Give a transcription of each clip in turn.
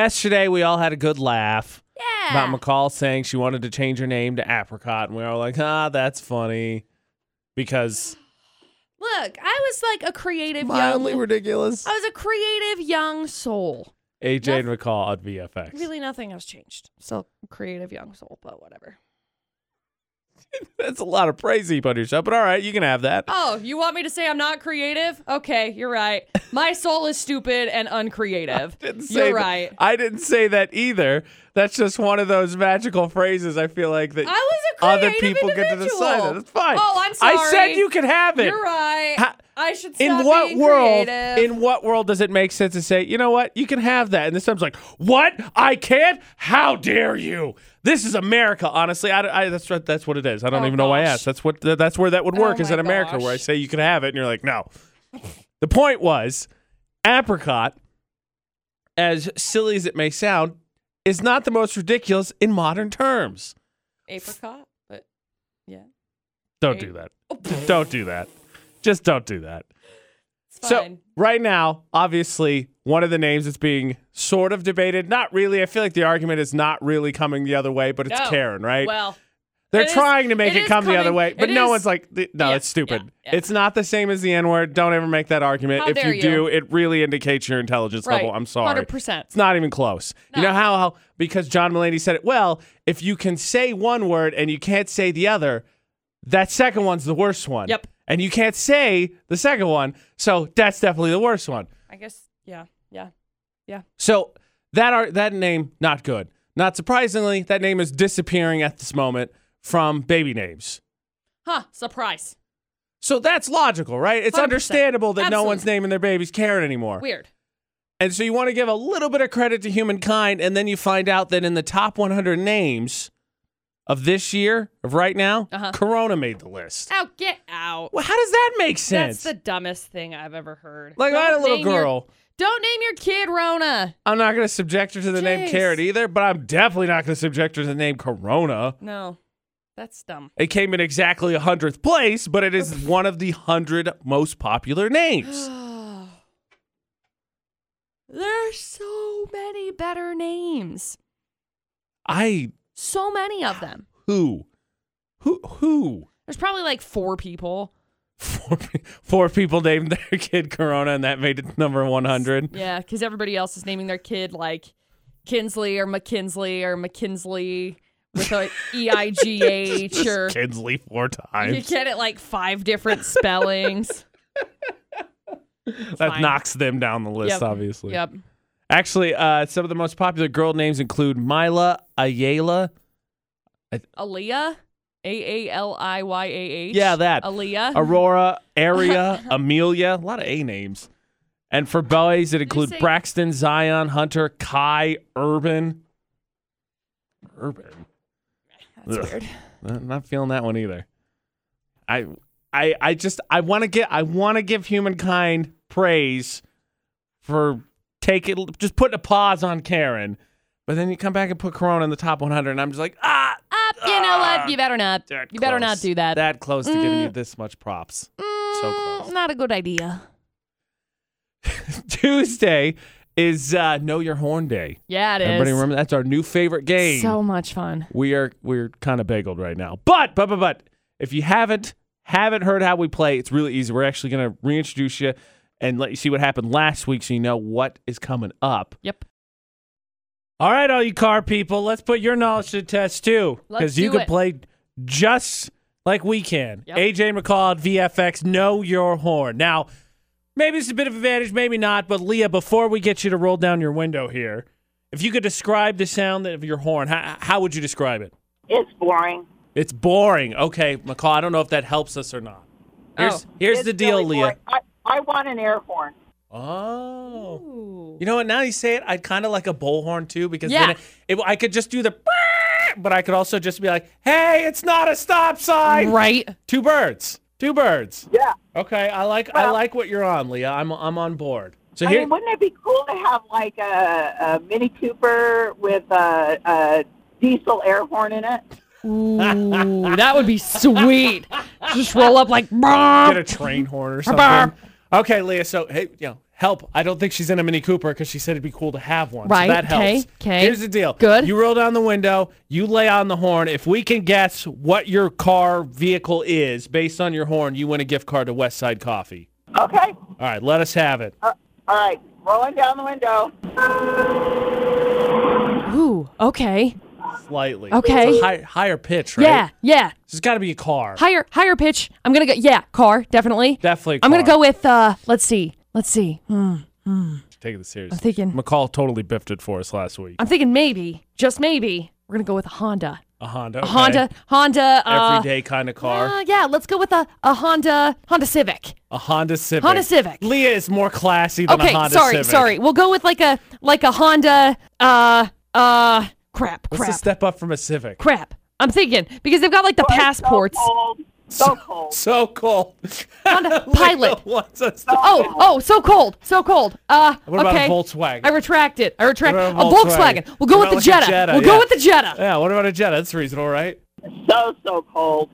Yesterday, we all had a good laugh Yeah. about McCall saying she wanted to change her name to Apricot, and we were all like, ah, that's funny. Because Look, I was like a creative mildly young. ridiculous. I was a creative young soul. AJ and McCall on VFX. Really, nothing has changed. Still a creative young soul, but whatever. That's a lot of praise you put on yourself, but all right, you can have that. Oh, you want me to say I'm not creative? Okay, you're right. My soul is stupid and uncreative. Didn't say You're that- right. I didn't say that either. That's just one of those magical phrases I feel like that I was a other creative people get to decide. individual. That. That's fine. Oh, I'm I said sorry. you could have it. You're right. Ha- I should stop in what being world creative. in what world does it make sense to say you know what you can have that and this time's like what i can't how dare you this is america honestly I, I- that's what that's what it is i don't Oh, even know why i gosh. asked that's what that- that's where that would work Oh, is my in america where i gosh. say you can have it and you're like no the point was apricot as silly as it may sound is not the most ridiculous in modern terms apricot, but yeah. don't Right. do that Oh, pfft, don't do that just don't do that it's So fine. right now, obviously, one of the names that's being sort of debated, not really. I feel like the argument is not really coming the other way, but it's No. Karen, right? well, They're it is- trying to make it it, is come the other coming- way, but it no is- one's like, th- no, yeah, it's stupid. yeah, yeah. It's not the same as the N word. Don't ever make that argument. How if dare you, you. do, it really indicates your intelligence right. level. I'm sorry. 100%. It's not even close. You No. know how, how because John Mulaney said it well, if you can say one word and you can't say the other, that second one's the worst one. Yep. And you can't say the second one, so that's definitely the worst one. I guess, yeah, yeah. So that are that name not good. Not surprisingly, that name is disappearing at this moment from baby names. Huh, surprise. So that's logical, right? It's 100%. understandable that no Absolutely. one's naming their babies Karen anymore. Weird. And so you want to give a little bit of credit to humankind, and then you find out that in the top 100 names of this year, of right now, Uh-huh. Corona made the list. Oh, get out. Well, how does that make That's sense? the dumbest thing I've ever heard. like, I had a Don't little name your- girl. don't name your kid Rona. I'm not going to subject her to the name Jeez. Karen either, but I'm definitely not going to subject her to the name Corona. No, that's dumb. It came in exactly 100th place, but it is one of the 100 most popular names. There's so many better names. I, So many of them. who? Who? Who? There's probably like four people. Four, pe- four people named their kid Corona, and that made it number 100. Yeah, because everybody else is naming their kid like Kinsley or McKinsley or McKinsley with a E I G H or Kinsley four you times. get it like five different spellings. That fine. knocks them down the list, Yep. obviously. yep. Actually, uh, some of the most popular girl names include Mila, Ayala. Aaliyah. A A L I Y A H. Yeah, that. Aaliyah. Aurora, Aria, Amelia. A lot of A names. And for boys, it includes say- Braxton, Zion, Hunter, Kai, Urban. Urban. That's Ugh. weird. I'm not feeling that one either. I I I just I want to get I want to give humankind praise for taking just putting a pause on Karen, but then you come back and put Corona in the top 100, and I'm just like ah, Up, you know Ah, what? You better not. that You better not close. do that. that close to giving you Mm. this much props. Mm, close. Not a good idea. Tuesday is uh, Know Your Horn Day. Yeah, it is. Everybody remember that's our new favorite game. So much fun. we are we're kind of bageled right now. But but but but if you haven't haven't heard how we play, it's really easy. We're actually going to reintroduce you and let you see what happened last week, so you know what is coming up. Yep. All right, all you car people, let's put your knowledge to the test too, Let's because you do can it. play just like we can. Yep. AJ McCall at VFX, know your horn. Now, maybe it's a bit of advantage, maybe not. But Leah, before we get you to roll down your window here, if you could describe the sound of your horn, how, how would you describe it? It's boring. It's boring. Okay, McCall, I don't know if that helps us or not. Here's Oh. here's It's the deal, really Leah. boring. I, I want an air horn. Oh. Ooh. You know what? Now you say it, I'd kind of like a bullhorn too because Yeah. then it, it, I could just do the but I could also just be like, "Hey, it's not a stop sign." Right? Two birds. Two birds. Yeah. Okay, I like I Well- like what you're on, Leah. I'm I'm on board. So I here mean, wouldn't it be cool to have like a, a Mini Cooper with a, a diesel air horn in it? Ooh, that would be sweet. Just roll up like. get a train horn or something. Okay, Leah. So hey, you know, help. I don't think she's in a Mini Cooper because she said it'd be cool to have one. So Right, that helps. 'kay, 'kay. Here's the deal. Good. You roll down the window. You lay on the horn. If we can guess what your car vehicle is based on your horn, you win a gift card to West Side Coffee. Okay. All right, let us have it. Uh, all right. Rolling down the window. Ooh, okay. Slightly. Okay. It's a high, higher pitch, right? Yeah, yeah. This has got to be a car. Higher, higher pitch. I'm gonna go. Yeah, car, definitely. Definitely. i I'm gonna go with. uh Let's see. Let's see. Hmm, Taking this seriously. I'm thinking. McCall totally biffed it for us last week. I'm thinking maybe, just maybe, we're gonna go with a Honda. A Honda. A Honda, Honda. Uh, Everyday kind of car. uh, yeah, let's go with a, a Honda Honda Civic. A Honda Civic. Honda Civic. Leah is more classy than okay, a Honda sorry, Civic. sorry. We'll go with like a like a Honda. Uh, uh, crap, What's a crap, step up from a Civic? crap. I'm thinking because they've got like the passports. So cold. So cold. So cold. Honda Pilot. What's a step- Oh, oh, so cold, so cold. Uh, What about okay. a Volkswagen? I retract it. I retract. What A about Volkswagen. We'll go What with the about like Jetta. a Jetta, We'll yeah. go with the Jetta. yeah, what about a Jetta? That's reasonable, right? So so cold.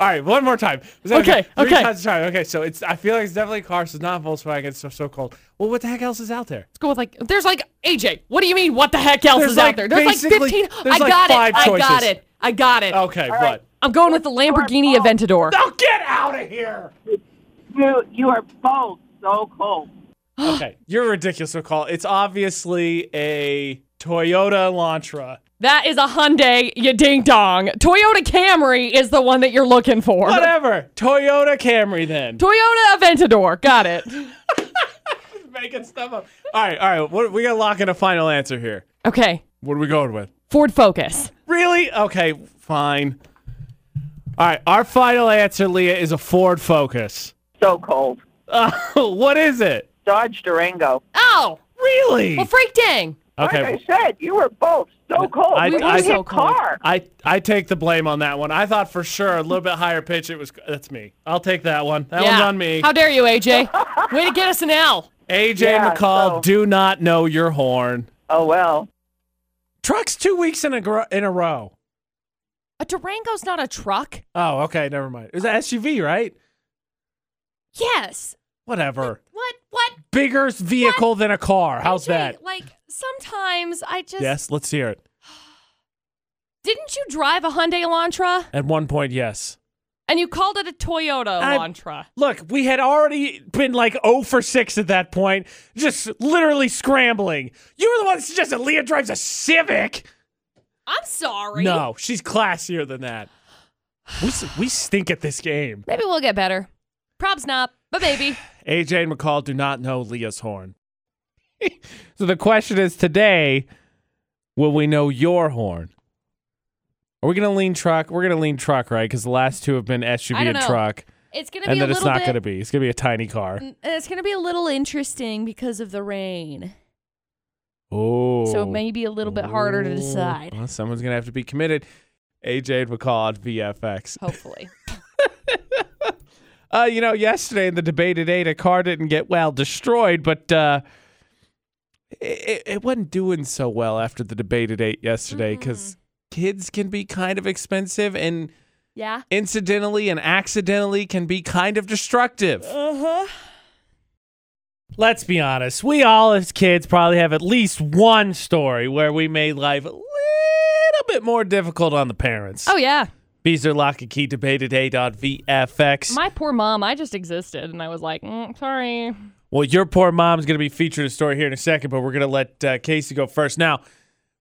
All right, one more time. Is that Okay, Three okay. times time. Okay, so it's. I feel like it's definitely a car. So it's not a Volkswagen. It's so, so cold. Well, what the heck else is out there? Let's go with like. There's like AJ. What do you mean? What the heck else There's is like out there? There's like basically- 15. there's I like got five it. I got choices. it. I got it. Okay, what? right. I'm going with the Lamborghini Aventador. Oh, get out of here! You you are both so cold. okay, you're ridiculous, McCall. It's obviously a Toyota Elantra. That is a Hyundai. You ding dong. Toyota Camry is the one that you're looking for. Whatever. Toyota Camry then. Toyota Aventador. Got it. Making stuff up. All right, all right. What, we got to lock in a final answer here. Okay. What are we going with? Ford Focus. Really? Okay, fine. All right, our final answer, Leah, is a Ford Focus. So cold. Oh, what is it? Dodge Durango. Oh, Really? well, Frank Dang. okay. Like I said, you were both so cold. I- we I- hit So cold. car. I, I take the blame on that one. I thought for sure a little bit higher pitch. It was that's me. I'll take that one. That one's on me. How dare you, AJ? Way to get us an L. AJ Yeah, McCall, so- do not know your horn. Oh well. Trucks two weeks in a gro- in a row. A Durango's not a truck. Oh, okay, never mind. It was an SUV, right? Yes. Whatever. What? What? Bigger vehicle than a car. How's AJ, that? Like sometimes I just Yes, let's hear it. didn't you drive a Hyundai Elantra At one point, yes. and you called it a Toyota I- Elantra? Look, we had already been like 0 for 6 at that point, just literally scrambling. You were the one that suggested Leah drives a Civic. I'm sorry. No, she's classier than that. We, s- we stink at this game. Maybe we'll get better. Prob's not, but maybe. AJ and McCall do not know Leah's horn. so the question is today, will we know your horn? Are we going to lean truck? We're going to lean truck, right? Because the last two have been SUV I don't and know. truck. It's gonna And be a then it's little not bit. Mm. going to be. It's going to be a tiny car. n- It's gonna be a little interesting because of the rain, Oh. so it may be a little bit harder to Ooh. decide. Well, someone's gonna have to be committed. AJ and McCall on VFX. Hopefully, Uh, you know, yesterday in the debate at eight, a car didn't get well destroyed, but uh, it, it wasn't doing so well after the debate at eight yesterday because Mm-hmm. kids can be kind of expensive and yeah. incidentally and accidentally can be kind of destructive. Uh huh. Let's be honest. We all, as kids, probably have at least one story where we made life a little bit more difficult on the parents. Oh yeah, Beezer Lock and Key debated A.VFX. my poor mom. I just existed, and I was like, mm, sorry. well, your poor mom's going to be featured in a story here in a second, but we're going to let uh, Casey go first. Now,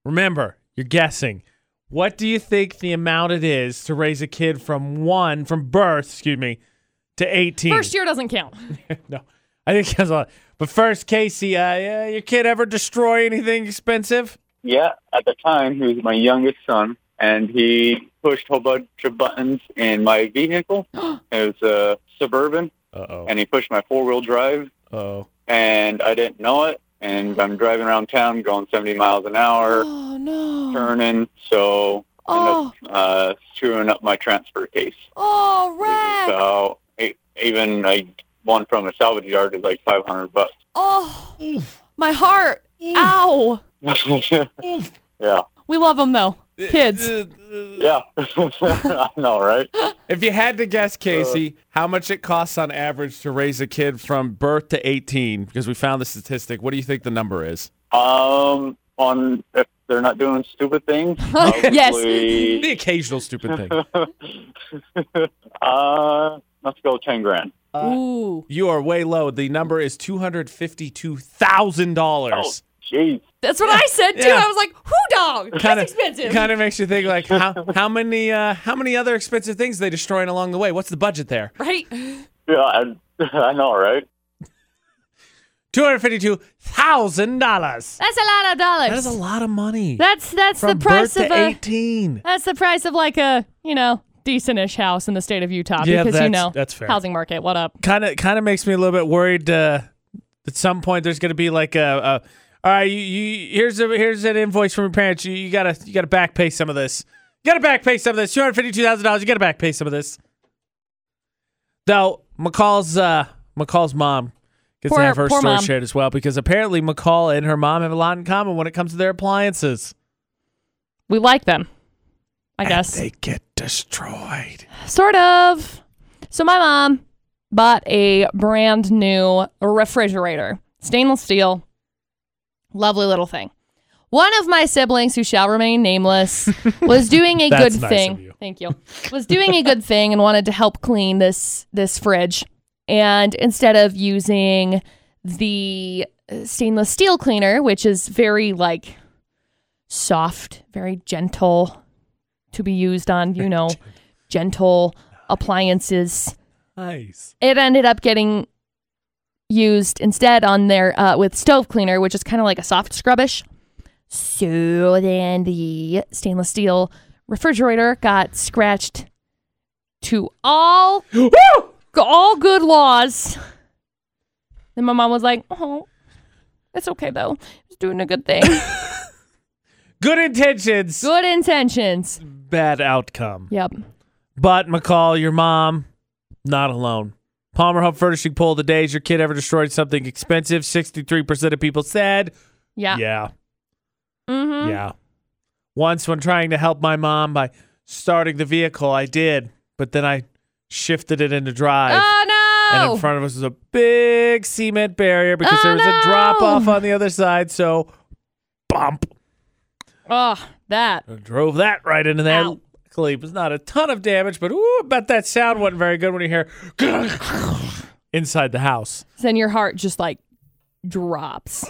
remember, you're guessing. What do you think the amount it is to raise a kid from one, from birth, excuse me, to 18? First year doesn't count. no, I think that's a lot. But first, Casey, uh, yeah, your kid ever destroy anything expensive? Yeah, at the time he was my youngest son, and he pushed a whole bunch of buttons in my vehicle. it was a suburban, Uh-oh. and he pushed my four-wheel drive, Uh-oh. and I didn't know it. And I'm driving around town, going 70 miles an hour, Oh no. turning, so Oh, end up uh, screwing up my transfer case. oh, wreck. So e even I one from a salvage yard is like 500 bucks. Oh, my heart. Ow. yeah, We love him though. Uh, Kids. Yeah, I know, right? If you had to guess, Casey, how much it costs on average to raise a kid from birth to 18, because we found the statistic, what do you think the number is? Um, on if they're not doing stupid things, Yes. probably. The occasional stupid thing. uh, let's go ten grand. uh, Ooh. You are way low. The number is $252,000. Oh, jeez. That's what I said too. Yeah. I was like, "Who dog? That's Kinda- expensive." Kind of makes you think like how how many uh, how many other expensive things are they destroying along the way? What's the budget there? right? Yeah, I, I know, right? Two hundred fifty two thousand dollars. That's a lot of dollars. That is a lot of money. That's that's From the price birth of to a eighteen. that's the price of like a you know decentish house in the state of Utah Yeah, because you that's- know that's fair. housing market. What up? Kind of kind of makes me a little bit worried. Uh, at some point, there's going to be like a, a all right. You, you here's a here's an invoice from your parents. You, you gotta you gotta back pay some of this. You gotta back pay some of this. Two hundred fifty two thousand dollars. You gotta back pay some of this. Though McCall's uh, McCall's mom gets Poor- to have her poor story mom. shared as well because apparently McCall and her mom have a lot in common when it comes to their appliances. We like them, I guess. they get destroyed. Sort of. So my mom bought a brand new refrigerator, stainless steel. Lovely little thing. One of my siblings, who shall remain nameless, was doing a That's good nice thing. of you. Thank you. Was doing a good thing and wanted to help clean this this fridge. And instead of using the uh, stainless steel cleaner, which is very like soft, very gentle, to be used on, you know, gentle appliances. Nice. It ended up getting used instead on there uh, with stove cleaner, which is kind of like a soft scrubbish. So then the stainless steel refrigerator got scratched to all all good laws. Then my mom was like, "Oh, it's okay though. It's doing a good thing. Good intentions, good intentions." bad outcome. Yep. But McCall, your mom, not alone. Palmer Home Furnishing poll of the day: Has your kid ever destroyed something expensive? Sixty-three percent of people said, Yeah. "Yeah, Mm-hmm. yeah." Once, when trying to help my mom by starting the vehicle, I did, but then I shifted it into drive. Oh no! And in front of us was a big cement barrier because Oh, there was a drop off no. on the other side. So, bump. oh, that. I drove that right into there. Ow. Luckily, it was not a ton of damage, but ooh, I bet that sound wasn't very good when you hear inside the house. Then your heart just like drops,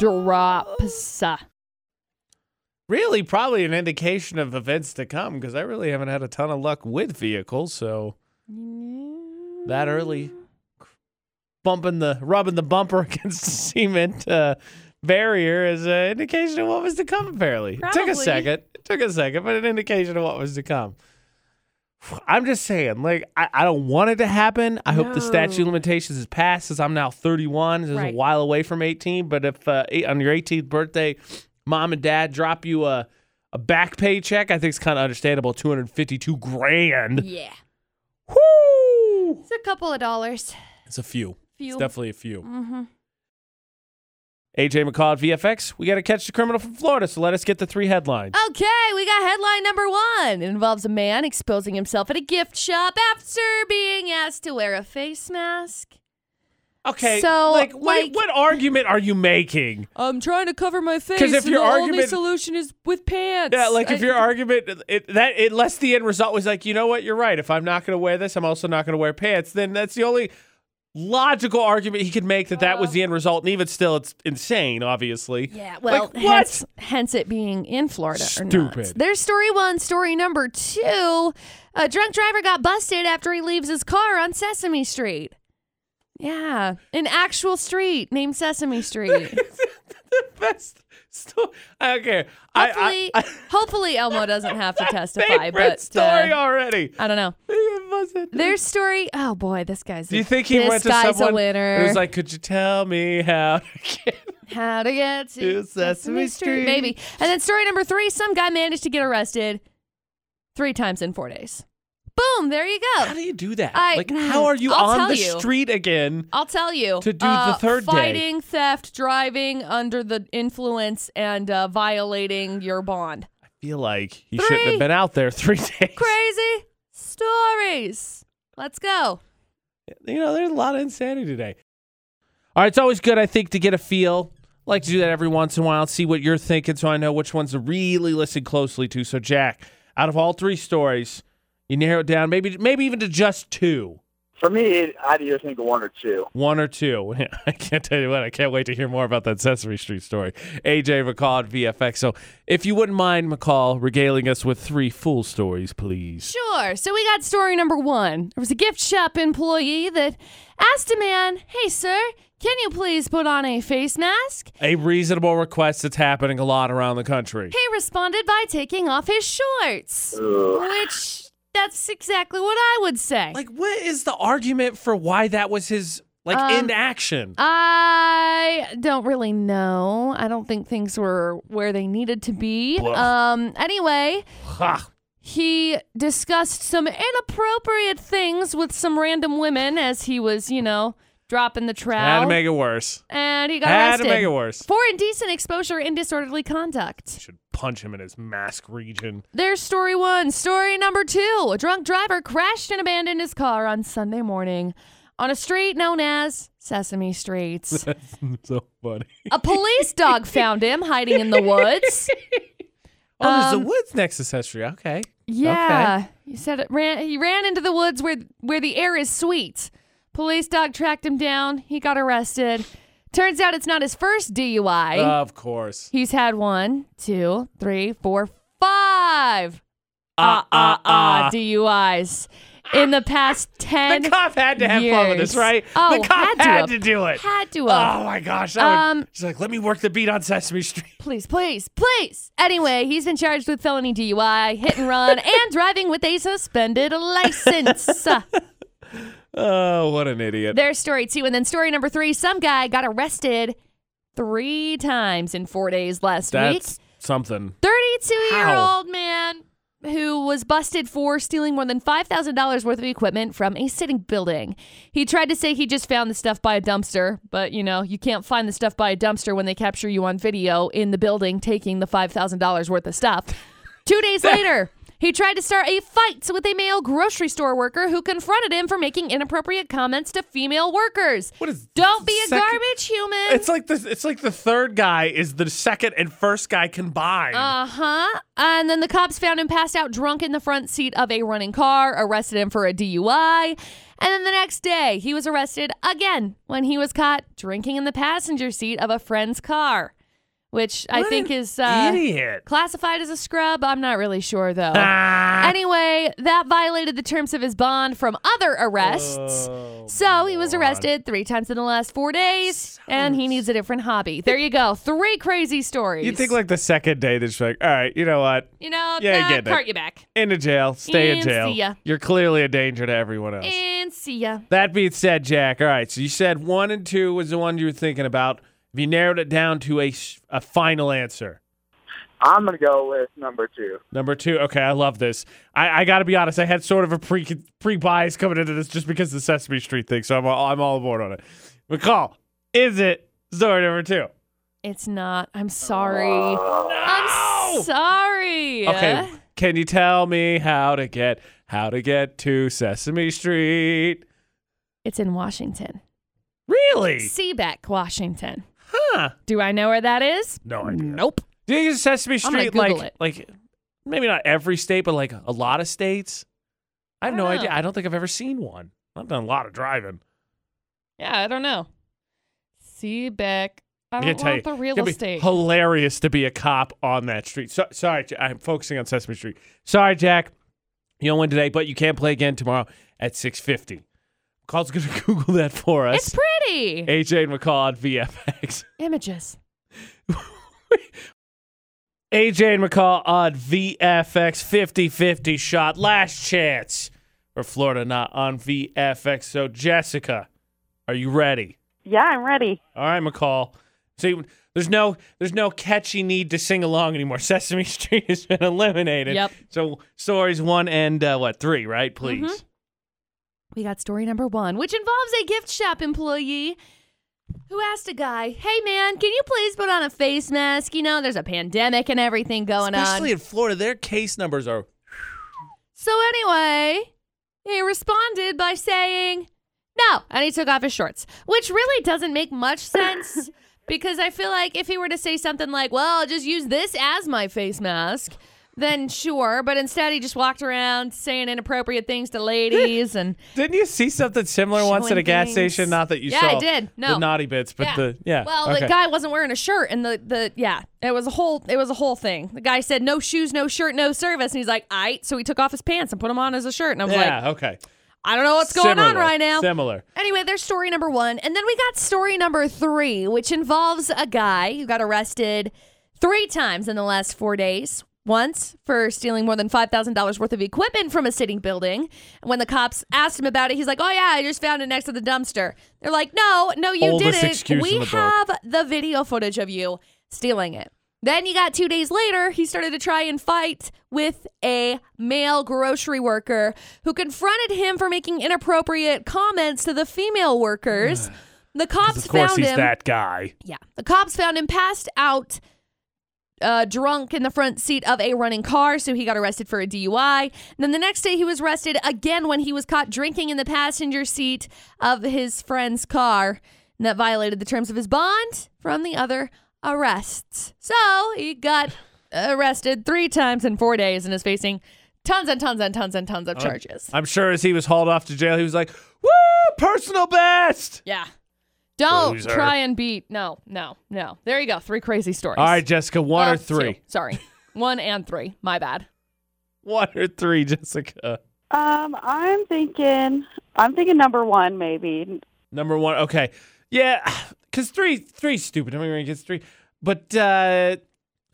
drops. Really, probably an indication of events to come because I really haven't had a ton of luck with vehicles. So that early, bumping the rubbing the bumper against the cement uh, barrier is an indication of what was to come. Apparently, it took a Probably. second. It took a second, but an indication of what was to come. I'm just saying, like, I, I don't want it to happen. I hope the statute of No. limitations is passed since I'm now 31. This is Right. a while away from 18. But if uh, eight, on your 18th birthday, mom and dad drop you a, a back pay check, I think it's kind of understandable. 252 grand. Yeah, Woo! it's a couple of dollars. It's a few. It's Few. definitely a few. Mm-hmm. AJ McCall at VFX, we got to catch the criminal from Florida, so let us get the three headlines. Uh, Okay, we got headline number one. It involves a man exposing himself at a gift shop after being asked to wear a face mask. Okay. so, like, what, like- what argument are you making? I'm trying to cover my face. 'Cause if and your the only argument- solution is with pants. Yeah, like if I- your argument it, that unless the end result was like, you know what, you're right. If I'm not going to wear this, I'm also not going to wear pants. Then that's the only logical argument he could make that that was the end result. And even still, it's insane. Obviously, Uh. Yeah, well, what? Hence, hence it being in Florida. Or not. Stupid. There's story one. Story number two a drunk driver got busted after he leaves his car on Sesame Street. Yeah, an actual street named Sesame Street. the best. Sto- okay, Hopefully, I, I, I, hopefully Elmo doesn't have to testify. favorite But story uh, already. I don't know. It wasn't- There's story. Oh boy, this guy's. Do you think he this went to guy's someone? a winner? It was like, could you tell me how? How to get to To Sesame Sesame Street. Street. Maybe. And then story number three some guy managed to get arrested three times in four days. Boom, there you how go. do you do that? I- like, how are you I'll on tell the you. street again? I'll tell you. uh, To do the third day. Fighting, theft, driving under the influence, and uh, violating your bond. feel like he should Three. shouldn't have been out there three days. Crazy stories. Let's go. You know, there's a lot of insanity today. All right, it's always good, I think, to get a feel. I like to do that every once in a while, see what you're thinking, so I know which ones to really listen closely to. So, Jack, out of all three stories, you narrow it down, maybe maybe even to just two, For me, I'd either think of one or two. one or two. I can't tell you what. I can't wait to hear more about that Sesame Street story. AJ McCall at VFX. So, if you wouldn't mind, McCall regaling us with three full stories, please. Sure. So we got story number one. There was a gift shop employee that asked a man, Hey, sir, can you please put on a face mask? A reasonable request that's happening a lot around the country. He responded by taking off his shorts, Ugh. which that's exactly what I would say. Like, what is the argument for why that was his like Um, inaction? I don't really know. I don't think things were where they needed to be. Bluff. Um anyway, Ha. he discussed some inappropriate things with some random women as he was, you know, dropping the Had trowel. to make it worse. and he got Had to arrested make it worse. for indecent exposure and disorderly conduct. Should punch him in his mask region. There's story one. Story number two. A drunk driver crashed and abandoned his car on Sunday morning on a street known as Sesame Street. so funny. a police dog found him hiding in the woods. Oh, there's Um, the woods next accessory. Okay. Yeah, he said it ran. He ran into the woods where where the air is sweet. Police dog tracked him down. He got arrested. Turns out it's not his first DUI. Of course. He's had one, two, three, four, five. Uh, Ah, ah, ah. DUIs in the past ten. The cop had to have fun with this, years. right? Oh, the cop had to have. to do it. Had to have. Oh my gosh. That would- Um, she's like, let me work the beat on Sesame Street. Please, please, please. Anyway, he's been charged with felony DUI, hit and run, and driving with a suspended license. Oh, what an idiot. There's story two. And then story number three some guy got arrested three times in four days last That's week. something. 32 year How? old man who was busted for stealing more than $5,000 worth of equipment from a sitting building. He tried to say he just found the stuff by a dumpster, but you know, you can't find the stuff by a dumpster when they capture you on video in the building taking the $5,000 worth of stuff. Two days later, he tried to start a fight with a male grocery store worker who confronted him for making inappropriate comments to female workers. What is Don't be a second- garbage human. It's like the it's like the third guy is the second and first guy combined. Uh huh. And then the cops found him passed out drunk in the front seat of a running car, arrested him for a DUI. And then the next day, he was arrested again when he was caught drinking in the passenger seat of a friend's car, which I What think an is uh, idiot. classified as a scrub. I'm not really sure, though. Ah. Anyway, that violated the terms of his bond from other arrests. Oh, So he was moron. arrested three times in the last four days, and he needs a different hobby. There you go. Three crazy stories. You think like the second day they're just like, all right, you know what? You know, Yeah, I nah, get that. cart you back. Into jail, stay in And jail. see ya. You're clearly a danger to everyone else. And see ya. that being said, Jack, all right, so you said one and two was the one you were thinking about. If you narrowed it down to a, s- a final answer, I'm going to go with number two. number two, okay, I love this. I, I got to be honest, I had sort of a pre pre bias coming into this just because of the Sesame Street thing, so I'm all, I'm all aboard on it. McCall, is it story number two? It's not. I'm sorry. Uh, I'm No! sorry. Okay, can you tell me how to get how to get to Sesame Street? It's in Washington. Really? Seabeck, Washington. Huh? Do I know where that is? No idea. Nope. Do you think Sesame I'm gonna Street Google like it. like maybe not every state, but like a lot of states? I have I no don't idea. know. I don't think I've ever seen one. I've done a lot of driving. Yeah, I don't know. Seabeck. I I don't can tell you, want the real it'd be estate. hilarious to be a cop on that street. So, sorry, Ja- I'm focusing on Sesame Street. Sorry, Jack, you don't win today, but you can play again tomorrow at 6:50. McCall's gonna Google that for us. it's pretty. AJ and McCall at VFX. Images. AJ and McCall on VFX 50 50 shot. Last chance for Florida not on VFX. So, Jessica, are you ready? Yeah, I'm ready. All right, McCall. So, you- there's no there's no catchy need to sing along anymore. Sesame Street has been eliminated. Yep. Mm-hmm. So, stories one and uh, what, three, right? Please. We got story number one, which involves a gift shop employee Who asked a guy, hey man, can you please put on a face mask? You know, there's a pandemic and everything going Especially on. in Florida, their case numbers are So, anyway, he responded by saying, no. And he took off his shorts, which really doesn't make much sense because I feel like if he were to say something like, well, I'll just use this as my face mask, then sure. But instead, he just walked around saying inappropriate things to ladies and. Didn't you see something similar once at a Showing gas things. station? Not that you Yeah, I saw. did. the No. naughty bits, but the yeah. Well, okay. the guy wasn't wearing a shirt, and the the yeah, it was a whole it was a whole thing. The guy said no shoes, no shirt, no service, and he's like, "All right." So he took off his pants and put them on as a shirt, and I'm Yeah. like, okay. I don't know what's going on Similar, right now. Similar. Anyway, there's story number one. And then we got story number three, which involves a guy who got arrested three times in the last four days. Once for stealing more than $5,000 worth of equipment from a sitting building. And when the cops asked him about it, he's like, Oh, yeah, I just found it next to the dumpster. They're like, No, no, you Oldest didn't. excuse We in the book. have the video footage of you stealing it. Then you got two days later, he started to try and fight with a male grocery worker who confronted him for making inappropriate comments to the female workers. The cops Of course, found he's him. that guy. Yeah. The cops found him passed out uh, drunk in the front seat of a running car, so he got arrested for a DUI. And then the next day, he was arrested again when he was caught drinking in the passenger seat of his friend's car. And that violated the terms of his bond from the other arrests. So he got arrested three times in four days and is facing tons and tons and tons and tons of charges. I'm sure as he was hauled off to jail, he was like, "Woo, personal best." yeah. Don't Loser. try and beat. No, no, no. There you go. Three crazy stories. All right, Jessica, one Uh, or three. two. Sorry. One and three. My bad. One or three, Jessica. Um, I'm thinking, I'm thinking number one maybe. Number one. Okay. Yeah, because three, three's stupid. I mean, it gets three, but uh,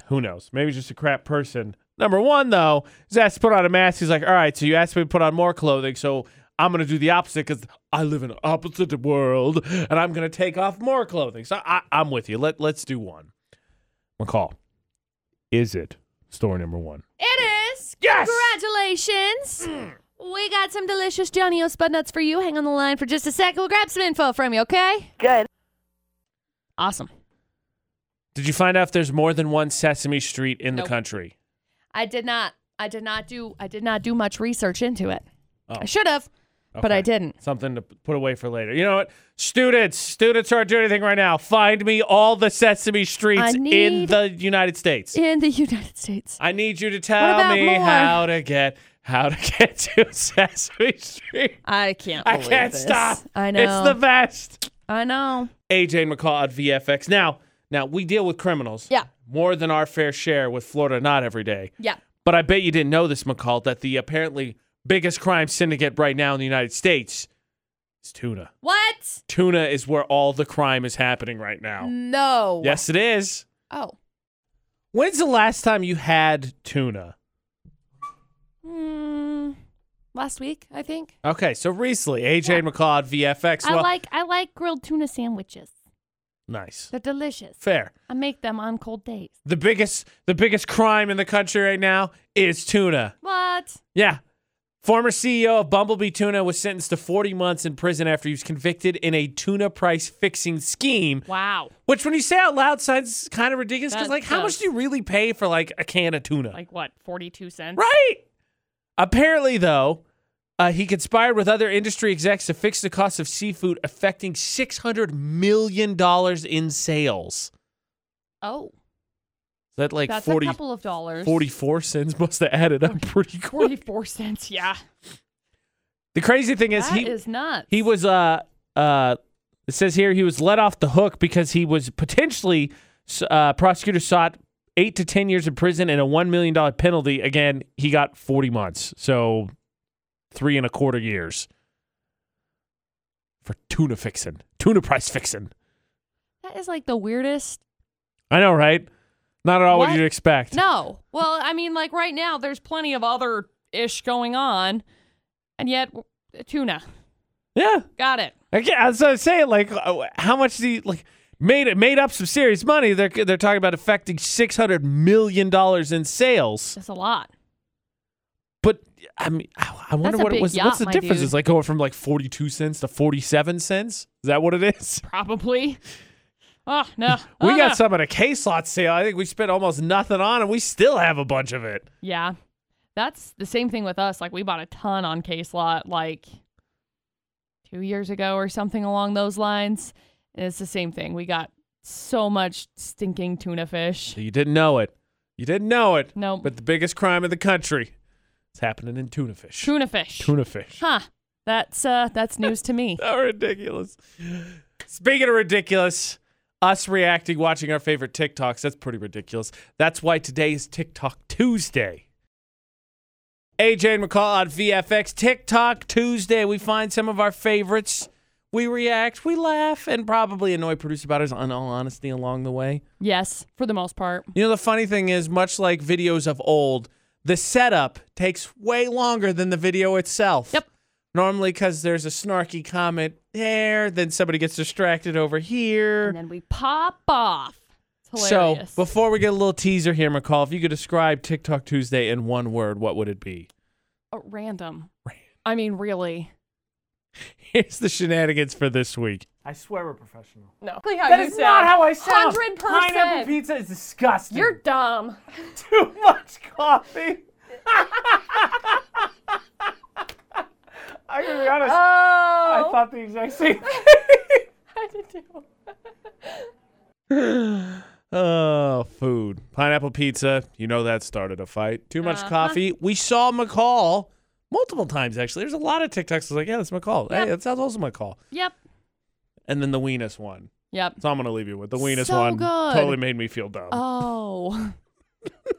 who knows? Maybe just a crap person. Number one, though, is asked to put on a mask. He's like, "All right, so you asked me to put on more clothing, so I'm gonna do the opposite because I live in an opposite world, and I'm gonna take off more clothing." So I, I'm with you. Let Let's do one. McCall, is it story number one? It is. Yes! Congratulations. We got some delicious Johnny O Spud Nuts for you. Hang on the line for just a second. We'll grab some info from you, okay? Good. Awesome. Did you find out if there's more than one Sesame Street in Nope. the country? I did not. I did not do. I did not do much research into it. Oh. I should have, but Okay. I didn't. Something to p- put away for later. You know what? Students, students aren't doing anything right now. Find me all the Sesame Streets in need- the United States. In the United States. I need you to tell about me more? how to get how to get to Sesame Street. I can't. I believe can't this. stop. I know. It's the best. I know. AJ and McCall at VFX. Now, now we deal with criminals. Yeah. More than our fair share with Florida not every day. Yeah. But I bet you didn't know this, McCall, that the apparently biggest crime syndicate right now in the United States is tuna. What? Tuna is where all the crime is happening right now. Mm, No. Yes, it is. Oh. When's the last time you had tuna? Hmm. Last week, I think. Okay, so recently, AJ McCall at VFX. I well, like I like grilled tuna sandwiches. nice, They're delicious. fair. I make them on cold days. The biggest, the biggest crime in the country right now is tuna. What? Yeah. Former CEO of Bumblebee Tuna was sentenced to 40 months in prison after he was convicted in a tuna price fixing scheme, Wow. which when you say out loud sounds kind of ridiculous because That like how much does. do you really pay for like a can of tuna? Like what? Forty-two cents. Right. Apparently, though, uh, he conspired with other industry execs to fix the cost of seafood, affecting six hundred million dollars in sales. Oh, Is that like that's forty a couple of dollars. forty-four 44 cents must have added up pretty quick. Forty-four cents. Yeah. The crazy thing is That he is nuts. he was uh uh it says here he was let off the hook because he was potentially uh prosecutor sought 8 to 10 years in prison and a 1 million dollar penalty again he got 40 months so three and a quarter years for tuna fixing tuna price fixing That is like the weirdest. i know right not at all what, What? you'd expect No. Well, I mean, like right now, there's plenty of other ish going on, and yet w- tuna. yeah Got it. Again, as I was saying, like, uh, how much do you, like made it made up some serious money? They're they're talking about affecting six hundred million dollars in sales. That's a lot. But I mean, I, I wonder a what it big was. yacht, what's the my difference? dude. It's like going from like forty-two cents to forty-seven cents. Is that what it is? Probably. Oh no. We Oh, no. got some at a case lot sale. I think we spent almost nothing on, and we still have a bunch of it. Yeah. That's the same thing with us. Like we bought a ton on case lot like two years ago or something along those lines. And it's the same thing. We got so much stinking tuna fish. You didn't know it. You didn't know it. No But the biggest crime in the country is happening in tuna fish. tuna fish. Tuna fish. Huh. That's uh that's news to me. How ridiculous. Speaking of ridiculous, us reacting, watching our favorite TikToks, that's pretty ridiculous. That's why today is TikTok Tuesday. AJ and McCall on VFX, TikTok Tuesday. We find some of our favorites. We react, we laugh, and probably annoy producer butters on all honesty along the way. Yes, for the most part. You know, the funny thing is, much like videos of old, the setup takes way longer than the video itself. Yep. Normally, because there's a snarky comment there, then somebody gets distracted over And here. then we pop off. It's So, hilarious. before we get a little teaser here, McCall, if you could describe TikTok Tuesday in one word, what would it be? Uh, random. I mean, really. Here's the shenanigans for this week. I swear we're professional. No. How That is not how I sound. 100%. Pineapple pizza is disgusting. You're dumb. too much coffee. I gotta be honest. I Oh. thought the exact same. thing. I did too. Oh, food. Pineapple pizza. You know that started a fight. Too Uh-huh. much coffee. We saw McCall multiple times, actually. There's a lot of TikToks that's like, yeah, that's McCall. Hey, that sounds also McCall. Yep. And then the weenus one. Yep. So I'm going to leave you with the weenus So one. good. Totally made me feel dumb. Oh.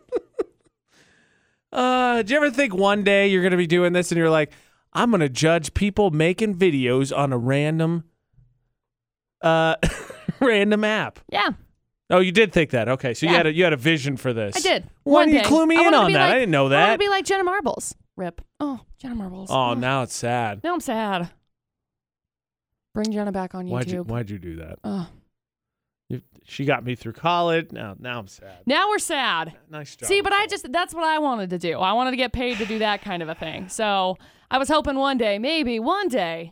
Uh, do you ever think one day you're going to be doing this and you're like, I'm going to judge people making videos on a random, uh, random app? Yeah. Oh, you did think that. Okay, so you Yeah. had a, you had a vision for this. I did. Why One didn't day. you clue me I in wanted to on be that? I like- didn't know I want that. to be like Jenna Marbles. Rip. Oh, Jenna Marbles. Oh, now it's sad. Now I'm sad. Bring Jenna back on Why'd you YouTube. Why'd you do that? Oh. You, she got me through college. Now now I'm sad. Now we're sad. Nice job. See, but I Nicole. just, that's what I wanted to do. I wanted to get paid to do that kind of a thing. So I was hoping one day, maybe one day,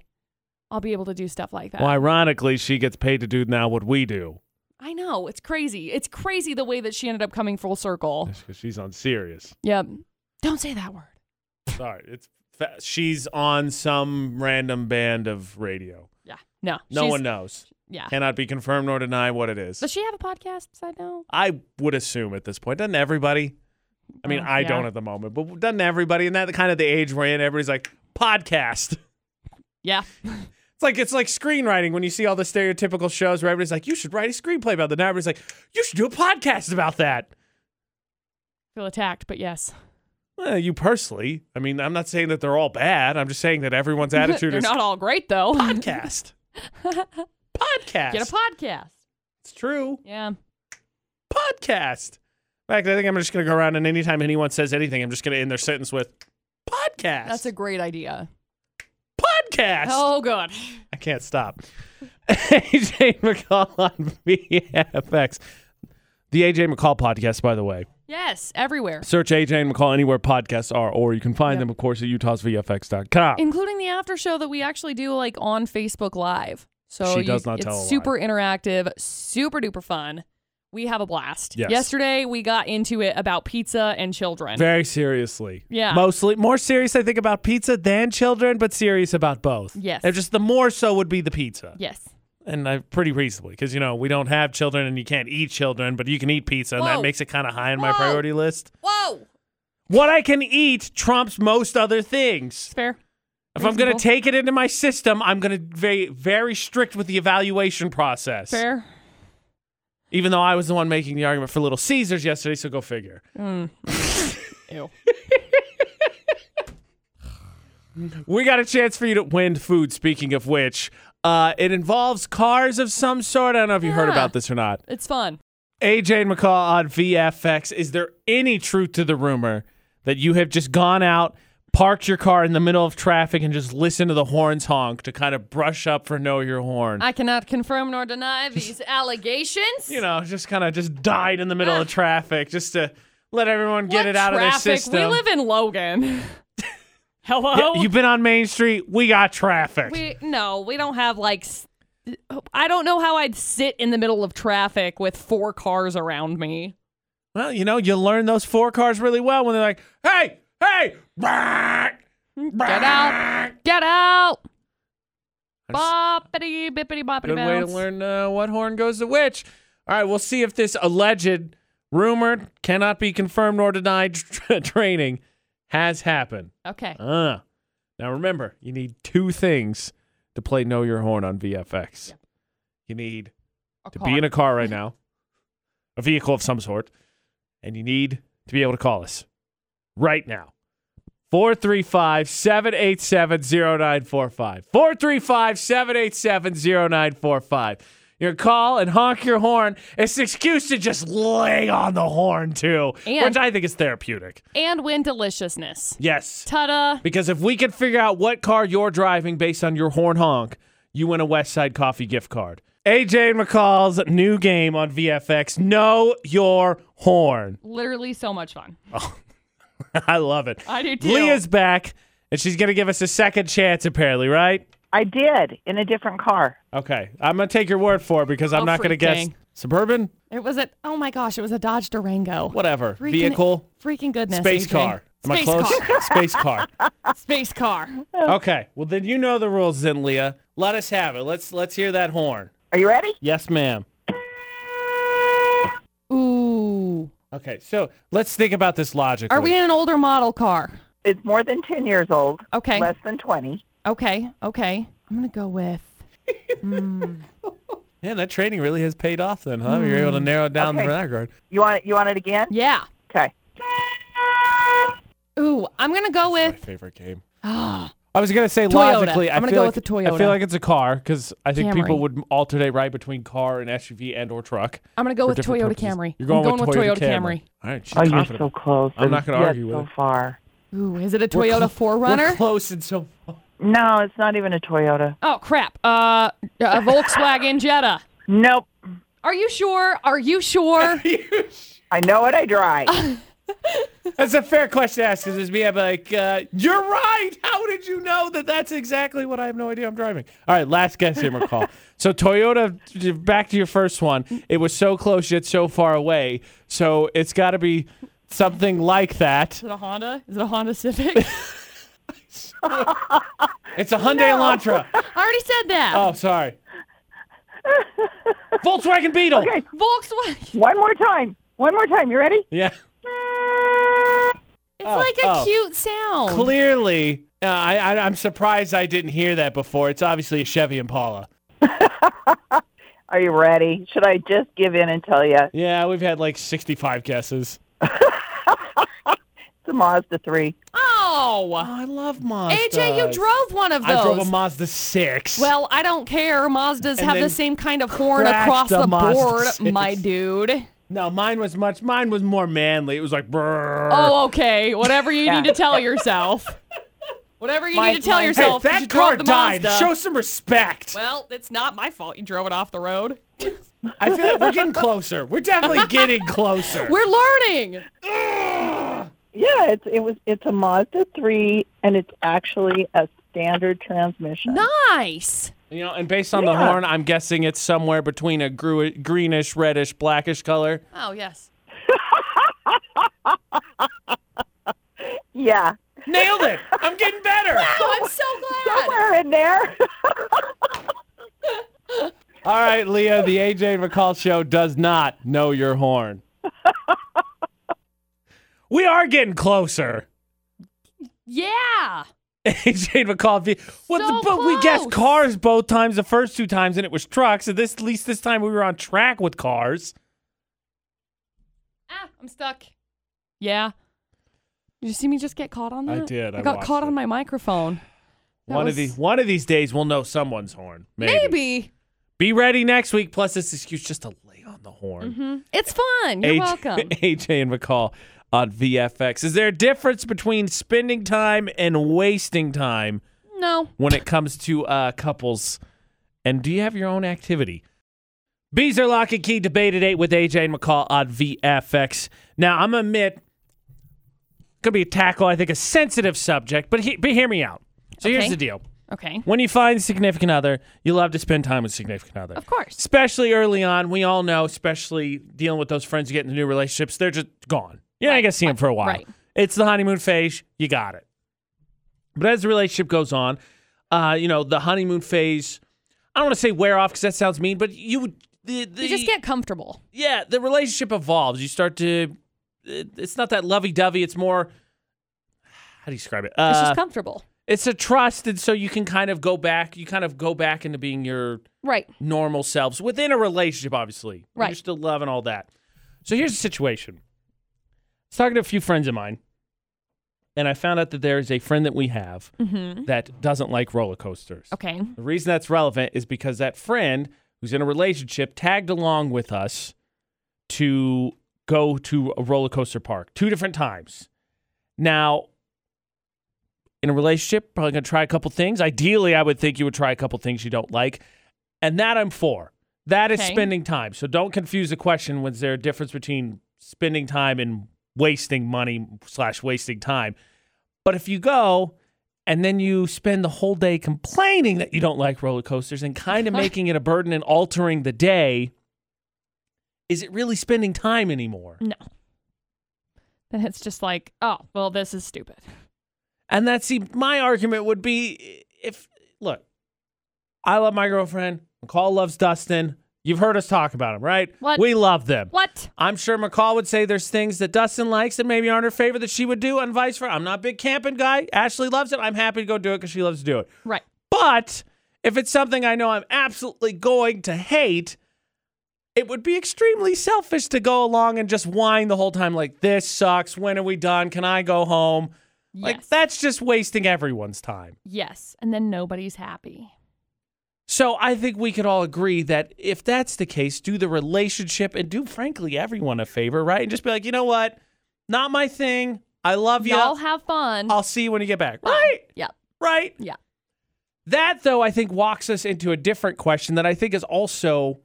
I'll be able to do stuff like that. Well, ironically, she gets paid to do now what we do. I know. It's crazy. It's crazy the way that she ended up coming full circle. That's because she's on serious. Yep. Don't say that word. Sorry, it's fa- she's on some random band of radio. Yeah. No. No she's- one knows. Yeah. Cannot be confirmed nor deny what it is. Does she have a podcast side now? I would assume at this point, doesn't everybody? I mean, Oh, I yeah. don't at the moment, but doesn't everybody? And that kind of the age we're in, everybody's like podcast. Yeah. It's like it's like screenwriting when you see all the stereotypical shows where everybody's like, "You should write a screenplay about that." Now everybody's like, "You should do a podcast about that." Feel attacked, but yes. Well, you personally, I mean, I'm not saying that they're all bad. I'm just saying that everyone's attitude They're is not all great though. podcast. podcast. Get a podcast. it's true. Yeah. Podcast. In fact, I think I'm just going to go around and anytime anyone says anything, I'm just going to end their sentence with podcast. That's a great idea. podcast. Oh good. I can't stop. AJ McCall on VFX. The AJ McCall podcast, by the way. Yes, everywhere. Search AJ and McCall anywhere podcasts are, or you can find them, of course, at utahsvfx.com. Including the after show that we actually do like on Facebook Live. So She you- does not it's tell a lie. super interactive, super duper fun. We have a blast. Yes. Yesterday we got into it about pizza and children. Very seriously. Yeah. Mostly more serious, I think, about pizza than children, but serious about both. Yes. And just the more so would be the pizza. yes. And I, pretty reasonably, because, you know, we don't have children and you can't eat children, but you can eat pizza, and Whoa. that makes it kind of high on my Whoa. priority list. Whoa. What I can eat trumps most other things. It's fair. If I'm going Reasonable. to take it into my system, I'm going to be very strict with the evaluation process. Fair. Even though I was the one making the argument for Little Caesars yesterday, so go figure. Ew. We got a chance for you to win food, speaking of which. Uh, it involves cars of some sort. I don't know if you heard Yeah. about this or not. It's fun. AJ and McCall on VFX. Is there any truth to the rumor that you have just gone out, parked your car in the middle of traffic, and just listened to the horns honk to kind of brush up for Know Your Horn? I cannot confirm nor deny these allegations. you know, just kind of just died in the middle of traffic just to Let everyone get What it out of their traffic? system. We live in Logan. Yeah, Hello. you've been on Main Street. We got traffic. we no, we don't have like. s- I don't know how I'd sit in the middle of traffic with four cars around me. well, you know, you learn those four cars really well when they're like, "Hey, hey, Get out! Get out! Boppity bippity boppity Good way to bounce. learn uh, what horn goes to which. All right, we'll see if this alleged, rumored, cannot be confirmed nor denied tra- training has happened. Okay. Uh, now remember, you need two things to play Know Your Horn on VFX. You need A to car. be in a car right now, a vehicle of some sort, and you need to be able to call us right now. 435 787 0945. 435 787 0945. Your call and honk your horn. It's an excuse to just lay on the horn, too, And- which I think is therapeutic. and win deliciousness. Yes. Ta-da! Because if we could figure out what car you're driving based on your horn honk, you win a West Side Coffee gift card. AJ McCall's new game on VFX, Know Your Horn. Literally so much fun. I love it. I do too. Leah's back, and she's going to give us a second chance, apparently, right? I did in a different car. Okay. I'm going to take your word for it because I'm Oh, not going to guess. freaking. Suburban? It was a oh my gosh, it was a Dodge Durango. Whatever. Freaking- Vehicle? Freaking goodness. Space AJ. car. Am I Space close? car. Space car. Space car. Okay. Well, then you know the rules, then, Leah. Let us have it. Let's let's hear that horn. Are you ready? Yes, ma'am. Ooh. Okay, so let's think about this logically. Are we in an older model car? It's more than 10 years old, Okay. less than 20. Okay. Okay. I'm gonna go with Yeah, that training really has paid off then, huh? You're Hmm. able to narrow it down Okay. the regard. You want it, you want it again? Yeah. Okay. Oh, Ooh, I'm gonna go My with favorite game. I was gonna say logically. I Eh. I'm gonna feel go like, with the Toyota. I feel like it's a car because I think people Camry. would alternate right between car and SUV and or truck. I'm gonna go for with different Toyota purposes. Camry. You're going, I'm going with, Toyota, Camry. All right, she's Oh, you're confident. so close. I'm not gonna Yet argue with so it. far. Ooh, is it a We're Toyota clo- we're 4Runner? close and so. No, it's not even a Toyota. oh crap. Uh, a Volkswagen Jetta. Nope. Are you sure? Are you sure? I know what I drive. That's a fair question to ask because it's me. I'm like, uh, you're right. How did you know that? That's exactly what I have no idea. I'm driving. All right, last guess here, McCall. so Toyota, j- back to your first one. It was so close yet so far away. So it's got to be something like that. Is it a Honda? Is it a Honda Civic? It's a Hyundai Elantra. I already said that. Oh, sorry. Volkswagen Beetle. Okay. Volkswagen. One more time. One more time. You ready? Yeah. It's Oh, like a oh. cute sound. Clearly, uh, I, I, I'm surprised I didn't hear that before. It's obviously a Chevy Impala. Are you ready? Should I just give in and tell you it's Yeah, we've had like 65 guesses. a Mazda 3? oh. I love Mazda. AJ, you drove one of those. I drove a Mazda 6. well, I don't care. Mazdas have then the same kind of horn crashed across the the Mazda board, six. my dude. no, mine was much mine was more manly. It was like brrr. Oh, okay. Whatever you Yeah. need to tell yourself. Whatever you My- need to tell my- hey, yourself. that you car drove the died. Mazda. Show some respect. well, it's not my fault you drove it off the road. I feel like we're getting closer. We're definitely getting closer. We're learning. Yeah, it's it was it's a Mazda 3 and it's actually a standard transmission. Nice. you know, and based on the Yeah. horn, I'm guessing it's somewhere between a gru- greenish, reddish, blackish color. Oh, yes. Yeah. Nailed it. I'm getting better. Oh, I'm so glad. Somewhere in there. All right, Leah, the AJ McCall show does not know your horn. we are getting closer. Yeah. AJ McCall. V- Well, So the, but we guessed close. cars both times. The first two times, and it was trucks. And this, at least this time, we were on track with cars. Ah, I'm stuck. Yeah. Did you see me just get caught on I that? did. I got watched caught it. on my microphone. That one was- of these, one of these days, we'll know someone's horn. Maybe. Maybe. Be ready next week. Plus, this excuse just to lay on the horn. hmm It's fun. You're AJ, welcome. AJ and McCall on VFX. Is there a difference between spending time and wasting time No. when it comes to uh, couples? And do you have your own activity? Beezer Lock and Key debate at 8 with AJ and McCall on VFX. Now, I'm going to admit, could be a tackle, I think, a sensitive subject, but, he, but hear me out. So here's Okay. the deal. Okay. When you find a significant other, you love to spend time with significant other. Of course. Especially early on, we all know, especially dealing with those friends you get into new relationships, they're just gone. You're not going to see them for a while. right. It's the honeymoon phase. You got it. But as the relationship goes on, uh, you know, the honeymoon phase, I don't want to say wear off because that sounds mean, but you. The, the, You just get comfortable. yeah, the relationship evolves. You start to, it- it's not that lovey dovey. It's more, how do you describe it? It's Uh, just comfortable. it's a trust, and so you can kind of go back. You kind of go back into being your Right. normal selves within a relationship. Obviously, You're Right. still love and all that. So here's the situation. I was talking to a few friends of mine, and I found out that there is a friend that we have Mm-hmm. that doesn't like roller coasters. Okay. The reason that's relevant is because that friend who's in a relationship tagged along with us to go to a roller coaster park two different times. Now, in a relationship, probably gonna try a couple things. Ideally, I would think you would try a couple things you don't like, and that I'm for. That is Okay. spending time. So don't confuse the question when there a difference between spending time and wasting money slash wasting time. But if you go and then you spend the whole day complaining that you don't like roller coasters and kind of making it a burden and altering the day, is it really spending time anymore? No. Then it's just like, oh, well, this is stupid. And that's see, my argument would be if look, I love my girlfriend. McCall loves Dustin. You've heard us talk about him, right? What? We love them. What? I'm sure McCall would say there's things that Dustin likes that maybe aren't her favorite that she would do, and vice versa. I'm not a big camping guy. Ashley loves it. I'm happy to go do it because she loves to do it. Right. But if it's something I know I'm absolutely going to hate, it would be extremely selfish to go along and just whine the whole time, like, this sucks. When are we done? Can I go home? Like, yes. that's just wasting everyone's time. Yes. And then nobody's happy. So I think we could all agree that if that's the case, do the relationship and do, frankly, everyone a favor, right? And just be like, you know what? Not my thing. I love you. Y'all have fun. I'll see you when you get back. Bye. Right? Yep. Right? Yeah. That, though, I think walks us into a different question that I think is also,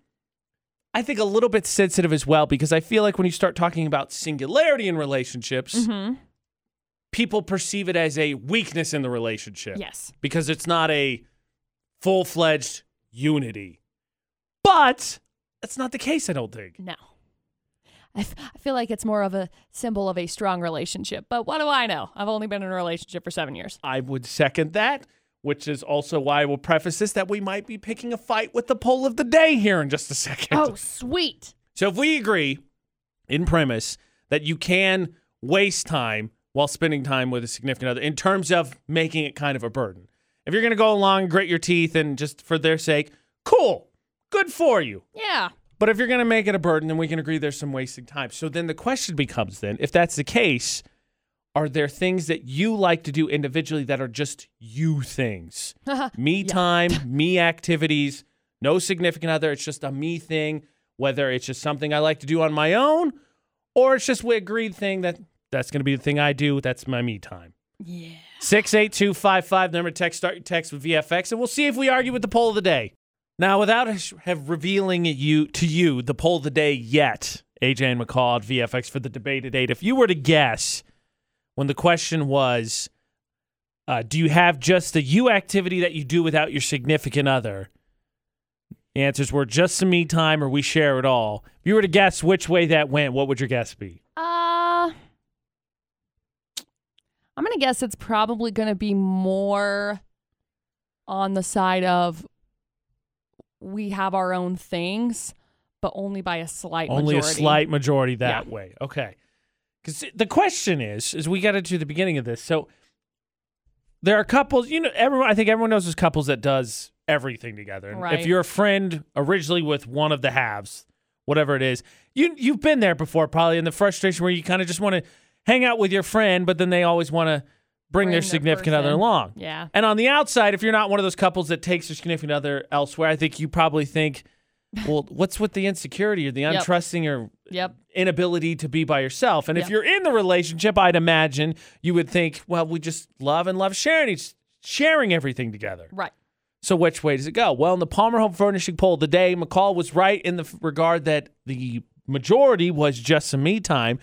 I think, a little bit sensitive as well, because I feel like when you start talking about singularity in relationships, Mm-hmm. people perceive it as a weakness in the relationship Yes. because it's not a full fledged unity. But that's not the case, I don't think. No. I, f- I feel like it's more of a symbol of a strong relationship, but what do I know? I've only been in a relationship for seven years. I would second that, which is also why I will preface this that we might be picking a fight with the poll of the day here in just a second. Oh, sweet. So if we agree in premise that you can waste time while spending time with a significant other in terms of making it kind of a burden. If you're going to go along and grit your teeth and just for their sake, cool. Good for you. Yeah. But if you're going to make it a burden, then we can agree there's some wasting time. So then the question becomes then, if that's the case, are there things that you like to do individually that are just you things? me time, me activities, no significant other. It's just a me thing, whether it's just something I like to do on my own or it's just we agreed thing that that's going to be the thing I do. That's my me time. yeah. 68255, number text, start your text with VFX, and we'll see if we argue with the poll of the day. Now, without us have revealing it you to you the poll of the day yet, AJ and McCall at VFX for the debate at eight. If you were to guess when the question was, uh, do you have just the you activity that you do without your significant other? The answers were just some me time or we share it all. If you were to guess which way that went, what would your guess be? Uh, I'm going to guess it's probably going to be more on the side of we have our own things, but only by a slight only majority. a slight majority that Yeah. way okay because the question is is we got into the beginning of this so there are couples you know everyone i think everyone knows there's couples that does everything together And Right. if you're a friend originally with one of the halves whatever it is you you've been there before probably in the frustration where you kind of just want to hang out with your friend but then they always want to bring, Bring their their significant other person. along Yeah. and on the outside, if you're not one of those couples that takes their significant other elsewhere, I think you probably think, well, what's with the insecurity or the Yep. untrusting or Yep. inability to be by yourself? And if Yep. you're in the relationship, I'd imagine you would think, well, we just love and love sharing each, sharing everything together. Right. So which way does it go? Well, in the Palmer Home Furnishing poll today, McCall was right in the f- regard that the majority was just some me time,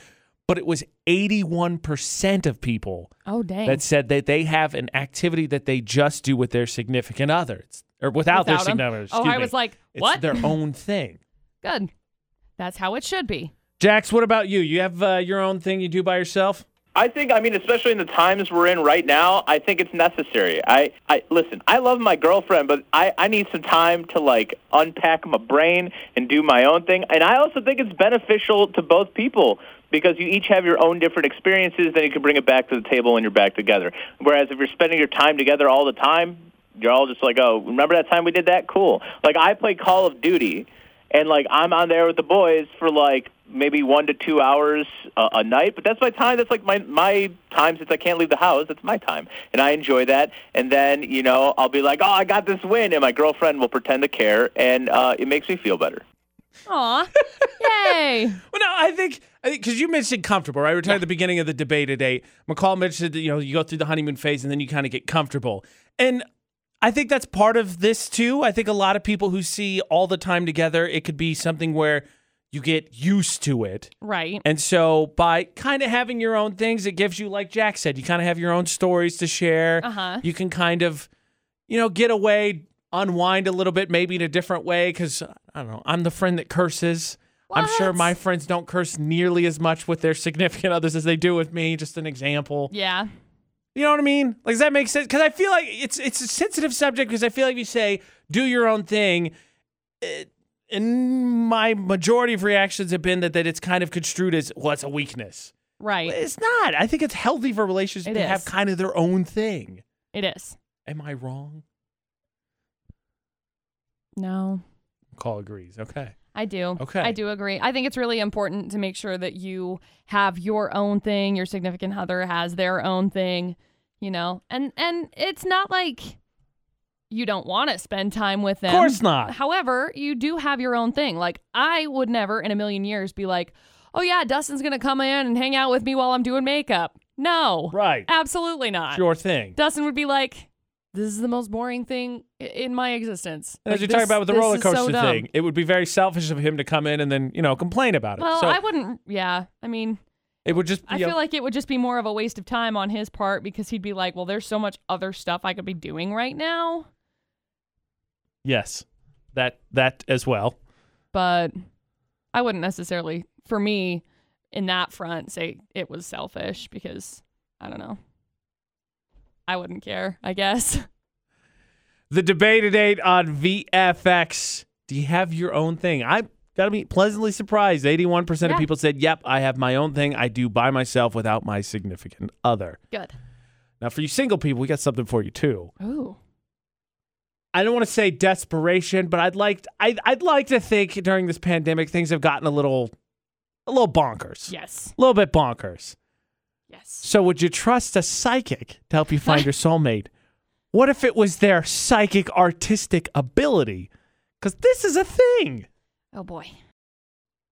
but it was 81% of people Oh dang. that said that they have an activity that they just do with their significant others or without, their Without 'em? significant others. oh, excuse I me. was like, it's what? their own thing. Good. That's how it should be. Jax, what about you? You have uh, your own thing you do by yourself? I think, I mean, especially in the times we're in right now, I think it's necessary. I, I listen. I love my girlfriend, but I, I need some time to like unpack my brain and do my own thing. And I also think it's beneficial to both people because you each have your own different experiences. Then you can bring it back to the table when you're back together. Whereas if you're spending your time together all the time, you're all just like, oh, remember that time we did that? Cool. Like I play Call of Duty and like I'm on there with the boys for like maybe one to two hours a, a night. But that's my time. That's like my my time since I can't leave the house. That's my time, and I enjoy that. And then you know I'll be like, oh, I got this win, and my girlfriend will pretend to care, and uh, it makes me feel better. Aw. Yay. Well, no, I think I think because you mentioned comfortable, right? We We're talking at the beginning of the debate today. McCall mentioned that you know you go through the honeymoon phase and then you kind of get comfortable, and I think that's part of this too. I think a lot of people who see all the time together, it could be something where you get used to it, Right. and so by kind of having your own things, it gives you, like Jack said, you kind of have your own stories to share. Uh-huh. You can kind of, you know, get away, unwind a little bit, maybe in a different way. Because I don't know, I'm the friend that curses. I'm sure What? my friends don't curse nearly as much with their significant others as they do with me. Just an example. Yeah. You know what I mean? Like, does that make sense? Because I feel like it's it's a sensitive subject. Because I feel like if you say do your own thing, it, and my majority of reactions have been that that it's kind of construed as well, it's a weakness. Right. It's not. I think it's healthy for relationships It to have is. kind of their own thing. It is. Am I wrong? No. Call agrees. Okay. I do. Okay. I do agree. I think it's really important to make sure that you have your own thing, your significant other has their own thing, you know. And and it's not like you don't want to spend time with them. Of course not. However, you do have your own thing. Like I would never in a million years be like, "Oh yeah, Dustin's going to come in and hang out with me while I'm doing makeup." No. Right. Absolutely not. It's your thing. Dustin would be like, "This is the most boring thing i- in my existence." And as Like, you're talking this- about with the this roller is so coaster dumb." thing, it would be very selfish of him to come in and then, you know, complain about it. Well, so I wouldn't. Yeah, I mean, it would just I you know, feel like it would just be more of a waste of time on his part because he'd be like, "Well, there's so much other stuff I could be doing right now." Yes. That that as well. But I wouldn't necessarily, for me, in that front, say it was selfish because I don't know. I wouldn't care, I guess. The debate at eight on VFX. Do you have your own thing? I gotta be pleasantly surprised. Eighty-one percent of Yeah. people said, "Yep, I have my own thing. I do by myself without my significant other." Good. Now, for you single people, we got something for you too. Ooh. I don't want to say desperation, but I'd like I, I'd like to think during this pandemic things have gotten a little a little bonkers, Yes. a little bit bonkers. Yes. So, would you trust a psychic to help you find your soulmate? What if it was their psychic artistic ability? Because this is a thing. Oh boy.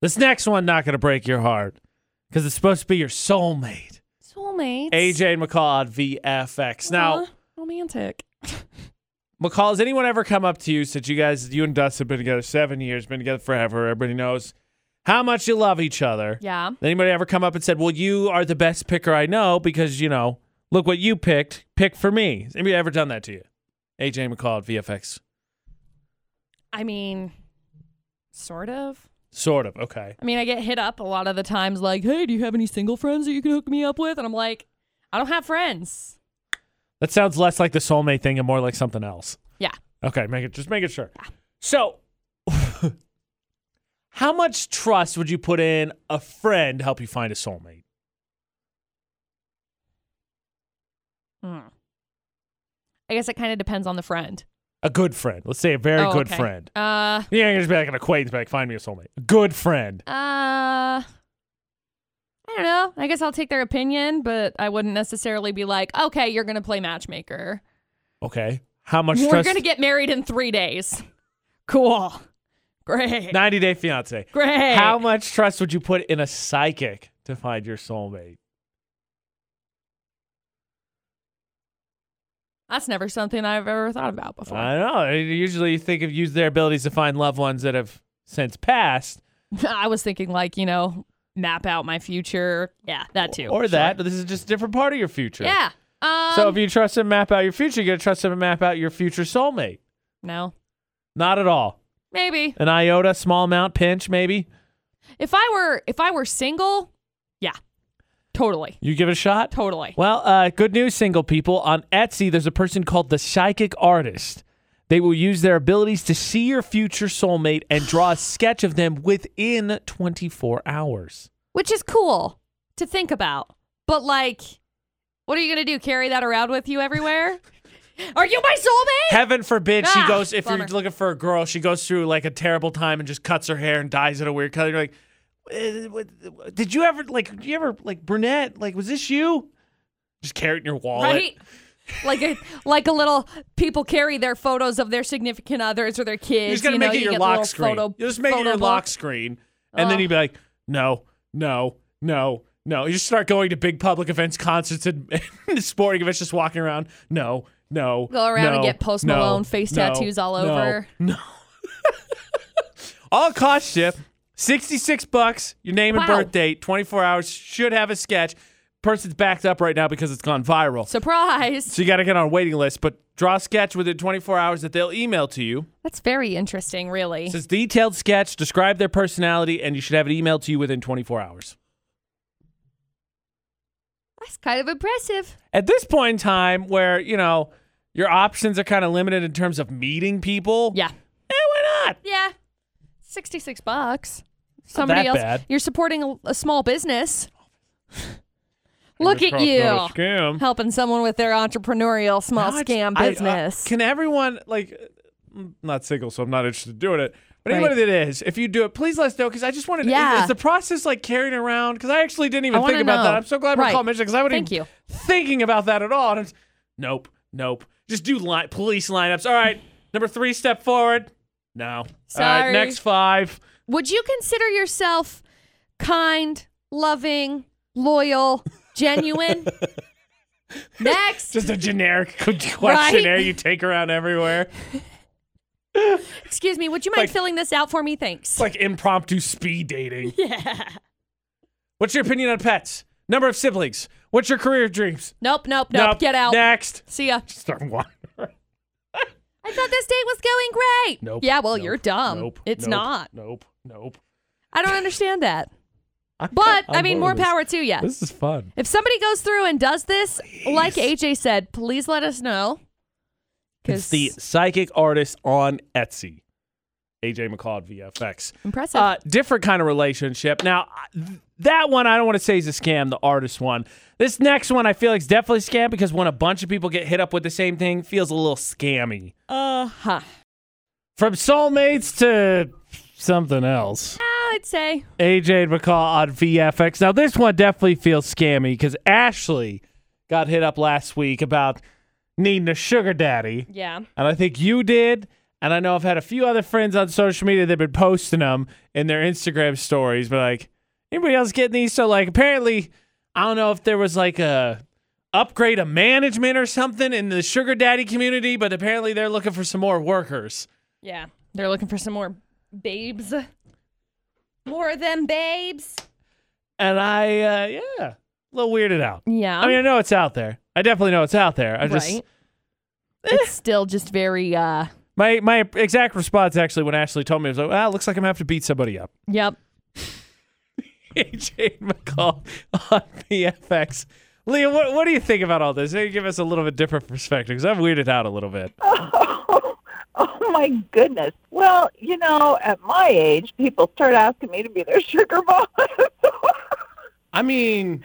This next one not going to break your heart because it's supposed to be your soulmate. Soulmates. AJ and McCall at VFX. Now, Aw, romantic. McCall, has anyone ever come up to you since you guys, you and Dustin, have been together seven years, been together forever? Everybody knows how much you love each other. Yeah. Anybody ever come up and said, "Well, you are the best picker I know because you know, look what you picked. Pick for me." Has anybody ever done that to you? AJ McCall at VFX. I mean, sort of. Sort of. Okay. I mean, I get hit up a lot of the times like, hey, do you have any single friends that you can hook me up with? And I'm like, I don't have friends. That sounds less like the soulmate thing and more like something else. Yeah. Okay. Make it. Just make it sure. So, how much trust would you put in a friend to help you find a soulmate? I guess it kind of depends on the friend. A good friend. Let's say a very Oh, good okay. friend. Uh, Yeah, you can just be like an acquaintance, like find me a soulmate. A good friend. uh, I don't know. I guess I'll take their opinion, but I wouldn't necessarily be like, okay, you're going to play matchmaker. Okay. How much We're trust? going to get married in three days. Cool. Great. 90 Day Fiance. Great. How much trust would you put in a psychic to find your soulmate? That's never something I've ever thought about before. I know. Usually, you think of use their abilities to find loved ones that have since passed, I was thinking like, you know, map out my future. Yeah, that too. or that this is just a different part of your future. Yeah. Um, So if you trust him to map out your future, you gotta trust him to map out your future soulmate. no, Not at all. maybe An iota, small amount, pinch, maybe. if I were if I were single, yeah, totally, You give it a shot. totally. Well, uh, good news, single people. On Etsy, there's a person called the Psychic Artist. They will use their abilities to see your future soulmate and draw a sketch of them within 24 hours. Which is cool to think about, but like, what are you gonna do? Carry that around with you everywhere? are you my soulmate? Heaven forbid she Ah, goes, if bummer. you're looking for a girl, she goes through like a terrible time and just cuts her hair and dyes it a weird color. You're like, "Eh, what- did you ever, like, did you ever, like, brunette? Like, was this you? Just carry it in your wallet. right? Like a like a little people carry their photos of their significant others or their kids. You just gotta you know, make it you your get lock little screen. Photo, you just make it photo Oh. your book. lock screen, and then you'd be like, no, no, no, no. You just start going to big public events, concerts, and, and sporting events, just walking around. No, no. Go around and no, get Post no, Malone face no, tattoos all no, over. No. all cost ship, sixty-six bucks. Your name and Wow. birth date, twenty-four hours. Should have a sketch. Person's backed up right now because it's gone viral. Surprise! So you got to get on a waiting list, but draw a sketch within 24 hours that they'll email to you. That's very interesting, really. It says detailed sketch, describe their personality, and you should have it emailed to you within 24 hours. That's kind of impressive. At this point in time, where you know your options are kind of limited in terms of meeting people, Yeah. eh, why not? Yeah. 66 bucks. Somebody that else. bad. You're supporting a, a small business. Look at you. scam. Helping someone with their entrepreneurial small scam business. can everyone like? I'm not single, so I'm not interested in doing it. But Right. anybody that is, if you do it, please let us know because I just wanted. Yeah. Is the process like carried around? Because I actually didn't I even wanna think about that. know. I'm so glad Right. we called mentioned because I wouldn't Thank you. thinking about that at all. And it's, nope, nope. Just do line, police lineups. All right, number three, step forward. No. All Sorry. right, next five. Would you consider yourself kind, loving, loyal, genuine? Next. Just a generic questionnaire you take around everywhere. Excuse me. Would you mind like- filling this out for me? Thanks. It's like impromptu speed dating. Yeah. What's your opinion on pets? Number of siblings. What's your career dreams? nope, nope, nope, Get out. Next. See ya. Start one. I thought this date was going great. Nope. Yeah, well, nope, you're dumb. Nope. it's nope, not. Nope. Nope. I don't understand that. I'm- But i I'm loving mean, more this. power to you. This is fun. If somebody goes through and does this, like AJ said, please let us know. It's Because the psychic artist on Etsy. AJ McCall at VFX. impressive. Uh, different kind of relationship. Now, th- that one I don't want to say is a scam, the artist one. This next one I feel like is definitely scam because when a bunch of people get hit up with the same thing, feels a little scammy. Uh huh. From soulmates to something else. I'd say AJ and McCall on VFX. Now, this one definitely feels scammy because Ashley got hit up last week about needing a sugar daddy. yeah. and I think you did. And I know I've had a few other friends on social media that've been posting them in their Instagram stories, but like anybody else getting these? So like apparently, I don't know if there was like a upgrade of management or something in the sugar daddy community, but apparently they're looking for some more workers. Yeah. They're looking for some more babes. More of them babes. And I, uh, yeah, a little weirded out. Yeah. I mean, I know it's out there. I definitely know it's out there. I right. just It's still just very uh my my exact response actually when Ashley told me I was like, "Ah, looks like I'm gonna have to beat somebody up." yep. AJ McCall on VFX. Leah, what, what do you think about all this? Maybe give us a little bit different perspective because I'm weirded out a little bit. Oh, oh my goodness. Well, you know, at my age, people start asking me to be their sugar boss. I mean,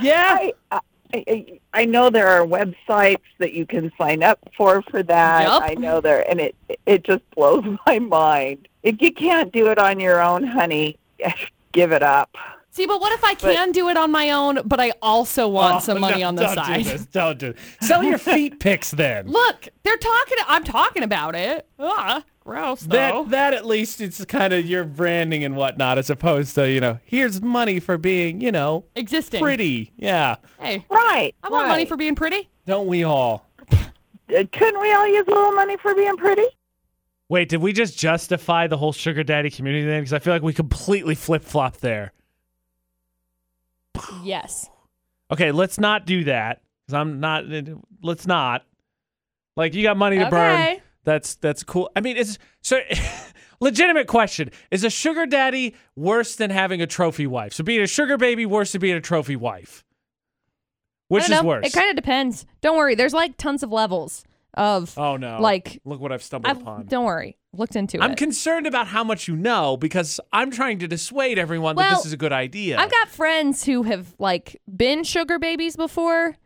yeah. I, I, I- I know there are websites that you can sign up for for that. Yup. I know there, and it it just blows my mind. If you can't do it on your own, honey, give it up. See, but what if I can do it on my own, but I also want some money on the oh, don't side? Do this, don't do this. Sell your feet pics then. Look, they're talking. I'm talking about it. Ah, gross. though. That, that at least it's kind of your branding and whatnot as opposed to, you know, here's money for being, you know, existing. pretty. Yeah. Hey, Right. I want money right. for being pretty. Don't we all? uh, couldn't we all use a little money for being pretty? Wait, did we just justify the whole sugar daddy community then? Because I feel like we completely flip flop there. Yes. Okay, let's not do that. Because I'm not. Let's not. Like you got money to burn. Okay. That's that's cool. I mean, it's so. legitimate question: Is a sugar daddy worse than having a trophy wife? So being a sugar baby worse than being a trophy wife. Which I is don't know. worse? It kind of depends. Don't worry. There's like tons of levels of. oh no! like, look what I've stumbled I, upon. don't worry. Looked into I'm it. concerned about how much you know because I'm trying to dissuade everyone that Well, this is a good idea. I've got friends who have like been sugar babies before,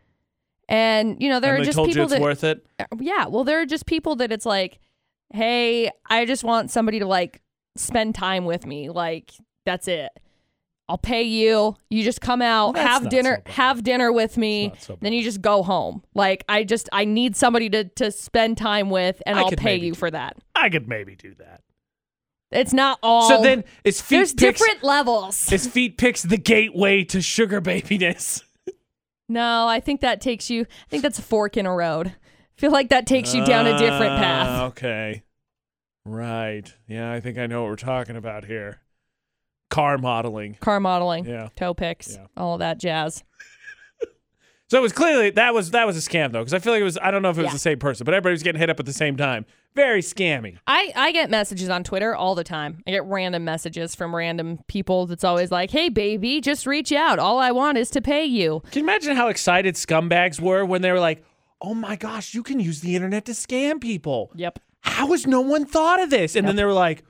and you know there and are they just told people you it's that worth it. yeah, well there are just people that it's like, hey, I just want somebody to like spend time with me, like that's it. I'll pay you. You just come out, that's have not dinner, so bad. have dinner with me, That's not so then you just go home. Like I just I need somebody to to spend time with, and I I will could pay maybe you do for that. I could maybe do that. It's not all. So then, is feet Oh, there's pics, different levels. is feet pics the gateway to sugar babiness? No, I think that takes you. I think that's a fork in a road. I feel like that takes you down a different Ah, path. Okay, right. Yeah, I think I know what we're talking about here. Car modeling. Car modeling, Yeah. toe picks, Yeah. all of that jazz. So it was clearly that was that was a scam though, because I feel like it was. I don't know if it was Yeah. the same person, but everybody was getting hit up at the same time. Very scammy. I, I get messages on Twitter all the time. I get random messages from random people that's always like, hey, baby, just reach out. All I want is to pay you. Can you imagine how excited scumbags were when they were like, "Oh my gosh, you can use the internet to scam people." Yep. how has no one thought of this? And then they were like,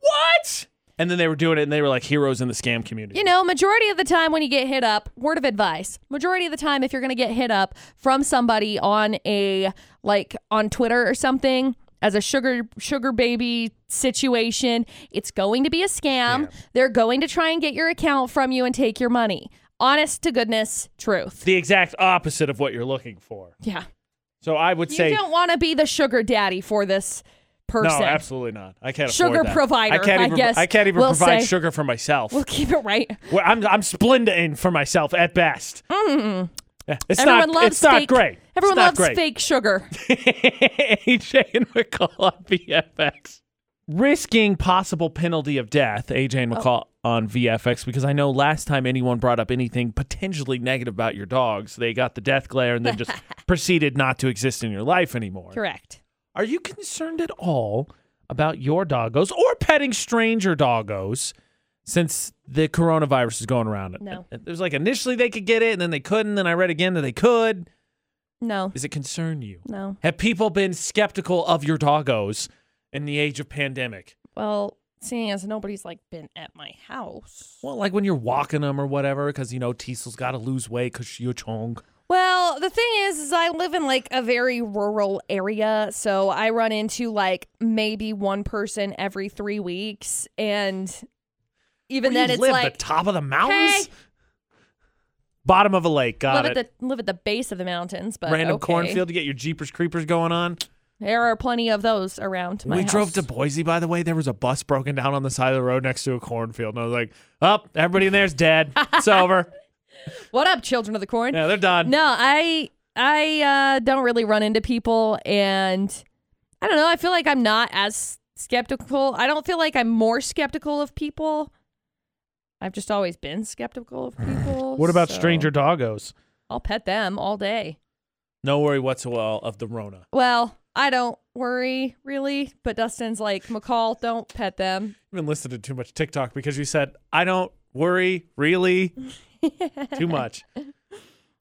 what? And then they were doing it and they were like heroes in the scam community. You know, majority of the time when you get hit up, word of advice, majority of the time if you're going to get hit up from somebody on a like on Twitter or something as a sugar sugar baby situation, it's going to be a scam. They're going to try and get your account from you and take your money. Honest to goodness truth. the exact opposite of what you're looking for. Yeah. So I would say, you don't want to be the sugar daddy for this no, person. absolutely not. I can't Sugar afford that. provider, I can't I even, guess I can't even we'll provide say. sugar for myself. We'll keep it right. Well, I'm, I'm splendid for myself at best. Yeah, It's Mm. Everyone not, loves it's not fake- great. Everyone it's not loves great. fake sugar. AJ and McCall on VFX. Risking possible penalty of death, AJ and McCall on VFX, because I know last time anyone brought up anything potentially negative about your dogs, they got the death glare and then just proceeded not to exist in your life anymore. Correct. Are you concerned at all about your doggos or petting stranger doggos since the coronavirus is going around? No. It was like initially they could get it and then they couldn't, and I read again that they could. No. Does it concern you? No. Have people been skeptical of your doggos in the age of pandemic? Well, seeing as nobody's like been at my house. Well, like when you're walking them or whatever, because you know Tiesel's got to lose weight because she a chong. Well, the thing is, is I live in like a very rural area, so I run into like maybe one person every three weeks, and even Where then, you it's live like the top of the mountains, hey. bottom of a lake. Got live it. at the live at the base of the mountains, but Random okay. cornfield to get your jeepers creepers going on. There are plenty of those around. My we drove house. to Boise, by the way. There was a bus broken down on the side of the road next to a cornfield, and I was like, "Up, everybody in there's dead. It's over. What up, children of the corn? Yeah, they're done." No, I I uh, don't really run into people, and I don't know. I feel like I'm not as skeptical. I don't feel like I'm more skeptical of people. I've just always been skeptical of people. What about so stranger doggos? I'll pet them all day. No worry whatsoever of the Rona. Well, I don't worry really, but Dustin's like McCall, don't pet them. You've been listening to too much TikTok because you said, I don't worry really too much.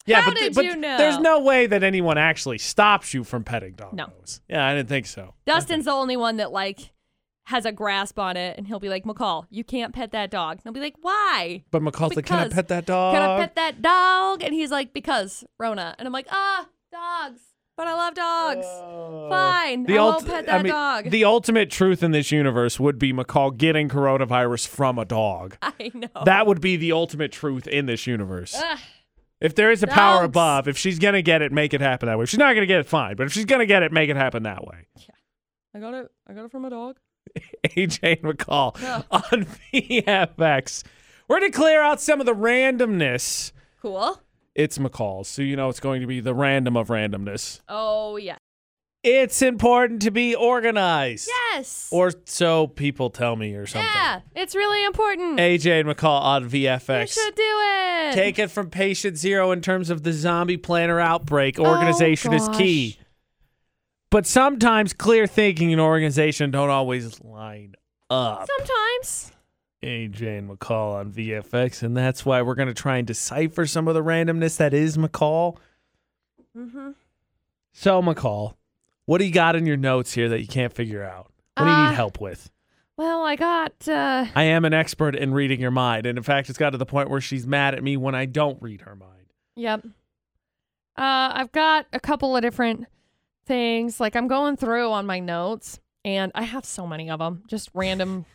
Yeah, How but, did but you know? there's no way that anyone actually stops you from petting dogs. No. Yeah, I didn't think so. Dustin's the only one that like has a grasp on it, and he'll be like, McCall, you can't pet that dog. And I'll be like, why? But McCall's like, Can I Because- pet that dog? Can I pet that dog? And he's like, because Rona. And I'm like, ah, dogs. But I love dogs. Fine. I won't ult- pet Oh. I that mean, dog. The ultimate truth in this universe would be McCall getting coronavirus from a dog. I know. That would be the ultimate truth in this universe. Ugh. If there is a power Dogs. above, if she's gonna get it, make it happen that way. If she's not gonna get it, fine. But if she's gonna get it, make it happen that way. I got it. I got it from a dog. AJ and McCall on VFX. We're going to clear out some of the randomness. Cool. It's McCall's, so you know it's going to be the random of randomness. Oh yeah. It's important to be organized. Yes. Or so people tell me or something. yeah, it's really important. AJ and McCall on you VFX. should do it. Take it from patient zero in terms of the zombie planner outbreak. Oh, Organization is key. But sometimes clear thinking and organization don't always line up. Sometimes. AJ and McCall on VFX, and that's why we're going to try and decipher some of the randomness that is McCall. Mhm. So, McCall, what do you got in your notes here that you can't figure out? What do you Uh, need help with? Well, I got. Uh, I am an expert in reading your mind, and in fact, it's got to the point where she's mad at me when I don't read her mind. Yep. Uh, I've got a couple of different things. Like I'm going through on my notes, and I have so many of them. Just random,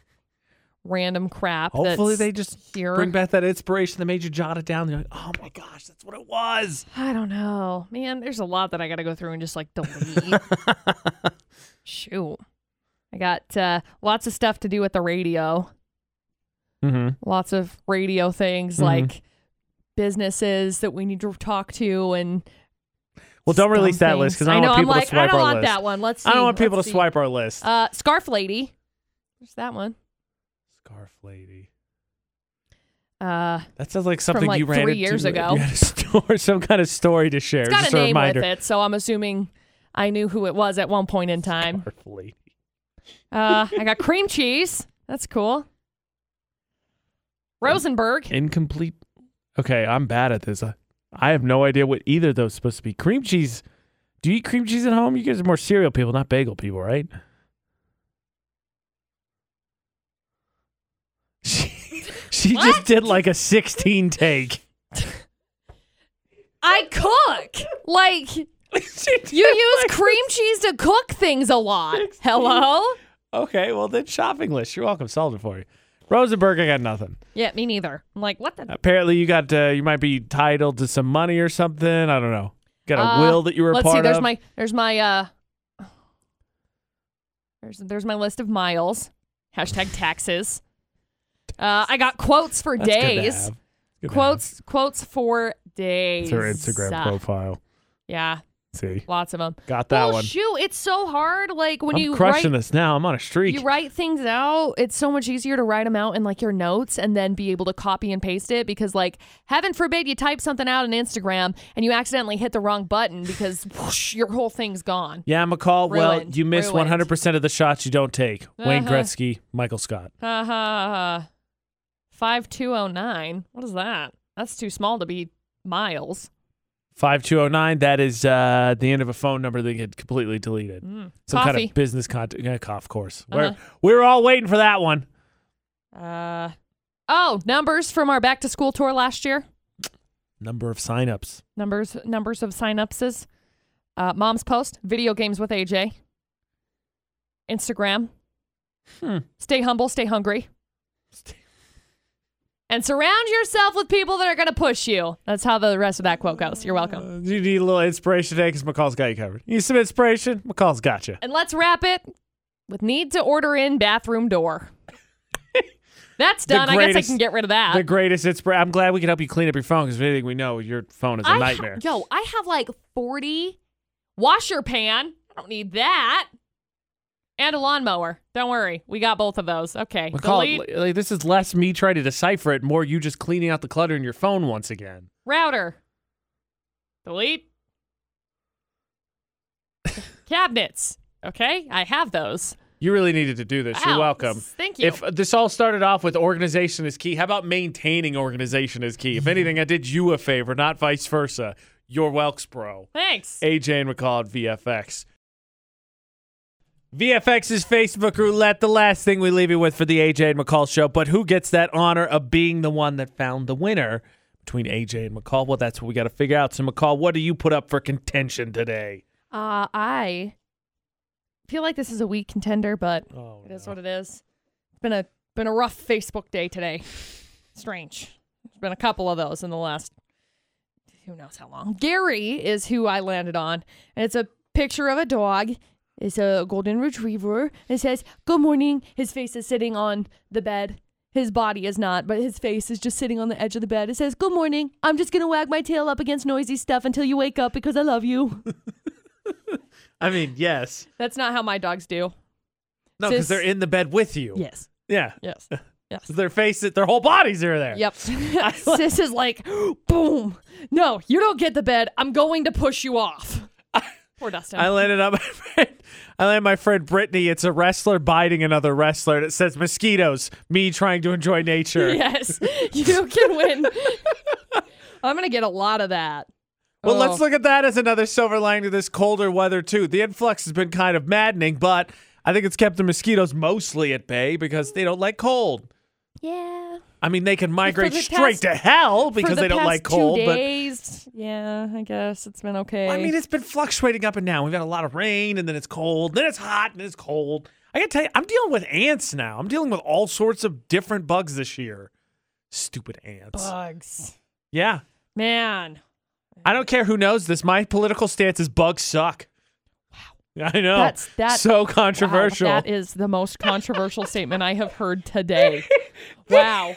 random crap. Hopefully, that's they just here. bring back that inspiration that made you jot it down. You're like, oh my gosh, that's what it was. I don't know, man. There's a lot that I got to go through and just like delete. Shoot. I got uh, lots of stuff to do with the radio. mm-hmm. Lots of radio things Mhm. like businesses that we need to talk to and Well, don't dumb release that list because things. I don't know, want people I'm to like, swipe I don't our want list. that one. Let's. See. I don't want people Let's to see. swipe our list. Uh, Scarf Lady. There's that one. Scarf lady. Uh, That sounds like something like, you ran three into- years ago. You had a story, some kind of story to share. it's got Just a name reminder. with it, so I'm assuming I knew who it was at one point in time. Scarf lady. Uh, I got cream cheese. That's cool. Rosenberg. Incomplete. Okay, I'm bad at this. I, I have no idea what either of those is supposed to be. Cream cheese. Do you eat cream cheese at home? You guys are more cereal people, not bagel people, right? She, she just did like a 16 take. I cook. Like you use cream cheese to cook things a lot. Hello. Okay, well then shopping list. You're welcome. Solved it for you. Rosenberg, I got nothing. Yeah, me neither. I'm like, what the? Apparently, you got uh, you might be titled to some money or something. I don't know. Got a Uh, will that you were a Let's part see. There's of. my. There's my. Uh. There's there's my list of miles. Hashtag taxes. Uh, I got quotes for That's good to days. have. Good to Quotes quotes for have. It's days. her Instagram Uh, profile. Yeah, See, lots of them. got that well, one. shoot, it's so hard. Like when I'm you write crushing this now. I'm on a streak. you write things out it's so much easier to write them out in like your notes and then be able to copy and paste it because like heaven forbid you type something out on instagram and you accidentally hit the wrong button because whoosh, your whole thing's gone Yeah, McCall. well, Ruined. you miss Ruined. 100 percent of the shots you don't take. Wayne Uh-huh. Gretzky, Michael Scott. ha ha ha 5209 what is that that's too small to be miles Five two zero nine. That is uh, the end of a phone number that get completely deleted. Mm. Some kind Coffee. Uh-huh. of business contact. Yeah, cough course. We're we're all waiting for that one. uh oh numbers from our back to school tour last year Number of signups. numbers numbers of synapses. Uh, Mom's post, video games with AJ. Instagram. Hmm. Stay humble, stay hungry. And surround yourself with people that are going to push you. That's how the rest of that quote goes. You're welcome. Uh, you need a little inspiration today because McCall's got you covered. You need some inspiration? McCall's got you. And let's wrap it with need to order in bathroom door. That's The done. I guess greatest- I can get rid of that. The greatest inspiration. I'm glad we can help you clean up your phone because anything we know, your phone is a I ha- nightmare. yo, I have like 40 washer pan. I don't need that. And a lawnmower. Don't worry. We got both of those. Okay. McCall, Delete. li- like, this is less me trying to decipher it, more you just cleaning out the clutter in your phone once again. Router. Delete. Cabinets. Okay. I have those. You really needed to do this. You're Ow. welcome. Thank you. If uh, this all started off with organization is key, how about maintaining organization is key? If anything, I did you a favor, not vice versa. You're Welks, bro. Thanks. AJ and McCall at VFX. VFX's Facebook roulette, the last thing we leave you with for the AJ and McCall show. But who gets that honor of being the one that found the winner between AJ and McCall? Well, that's what we got to figure out. So, McCall, what do you put up for contention today? Uh, I feel like this is a weak contender, but Oh, It is what it is. It's been a been a rough Facebook day today. Strange. There's been a couple of those in the last who knows how long. Gary is who I landed on, and it's a picture of a dog. It's a golden retriever. It says "Good morning." His face is sitting on the bed. His body is not, but his face is just sitting on the edge of the bed. It says "Good morning." I'm just gonna wag my tail up against noisy stuff until you wake up because I love you. I mean, yes. That's not how my dogs do. No, because Sis- they're in the bed with you. Yes. Yeah. Yes. Yes. Their faces, their whole bodies are there. Yep. Sis is like, boom. No, you don't get the bed. I'm going to push you off. Poor Dustin. I landed on my friend. I landed on my friend Brittany. It's a wrestler biting another wrestler, and it says "mosquitoes." Me trying to enjoy nature. yes, you can win. I'm gonna get a lot of that. Well, Oh. let's look at that as another silver lining to this colder weather too. The influx has been kind of maddening, but I think it's kept the mosquitoes mostly at bay because they don't like cold. Yeah. I mean, they can migrate the straight past- to hell because For the they don't past like cold. Two But days. Yeah, I guess it's been okay. I mean, it's been fluctuating up and down. We've had a lot of rain, and then it's cold, then it's hot, and then it's cold. I gotta tell you, I'm dealing with ants now. I'm dealing with all sorts of different bugs this year. Stupid ants. bugs. Yeah, Man. I don't care who knows this. My political stance is bugs suck. Wow, I know. That's- that- so Wow, controversial. that is the most controversial statement I have heard today. Wow.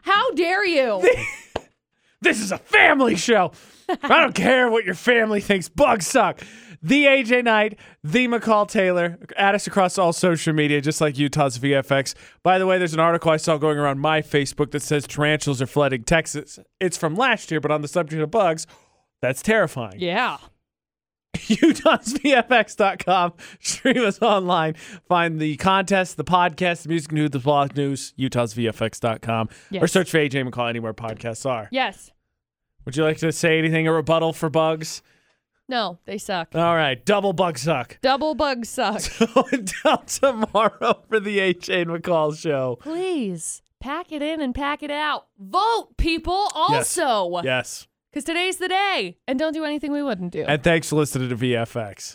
How dare you? This is a family show. I don't care what your family thinks. Bugs suck. The AJ Knight, the McCall Taylor, at us across all social media, just like Utah's VFX. By the way, there's an article I saw going around my Facebook that says tarantulas are flooding Texas. It's from last year, but on the subject of bugs, that's terrifying. yeah. UTahsVFX.com. Stream us online. Find the contest, the podcast, the music news, the blog news, UtahsVFX.com. Or Yes. search for AJ McCall anywhere podcasts are. Yes. Would you like to say anything, a rebuttal for bugs? No, they suck. All right, double bug suck. Double bug suck. Until tomorrow for the AJ and McCall show. Please pack it in and pack it out. Vote, people, also. Because Yes. today's the day. And don't do anything we wouldn't do. And thanks for listening to VFX.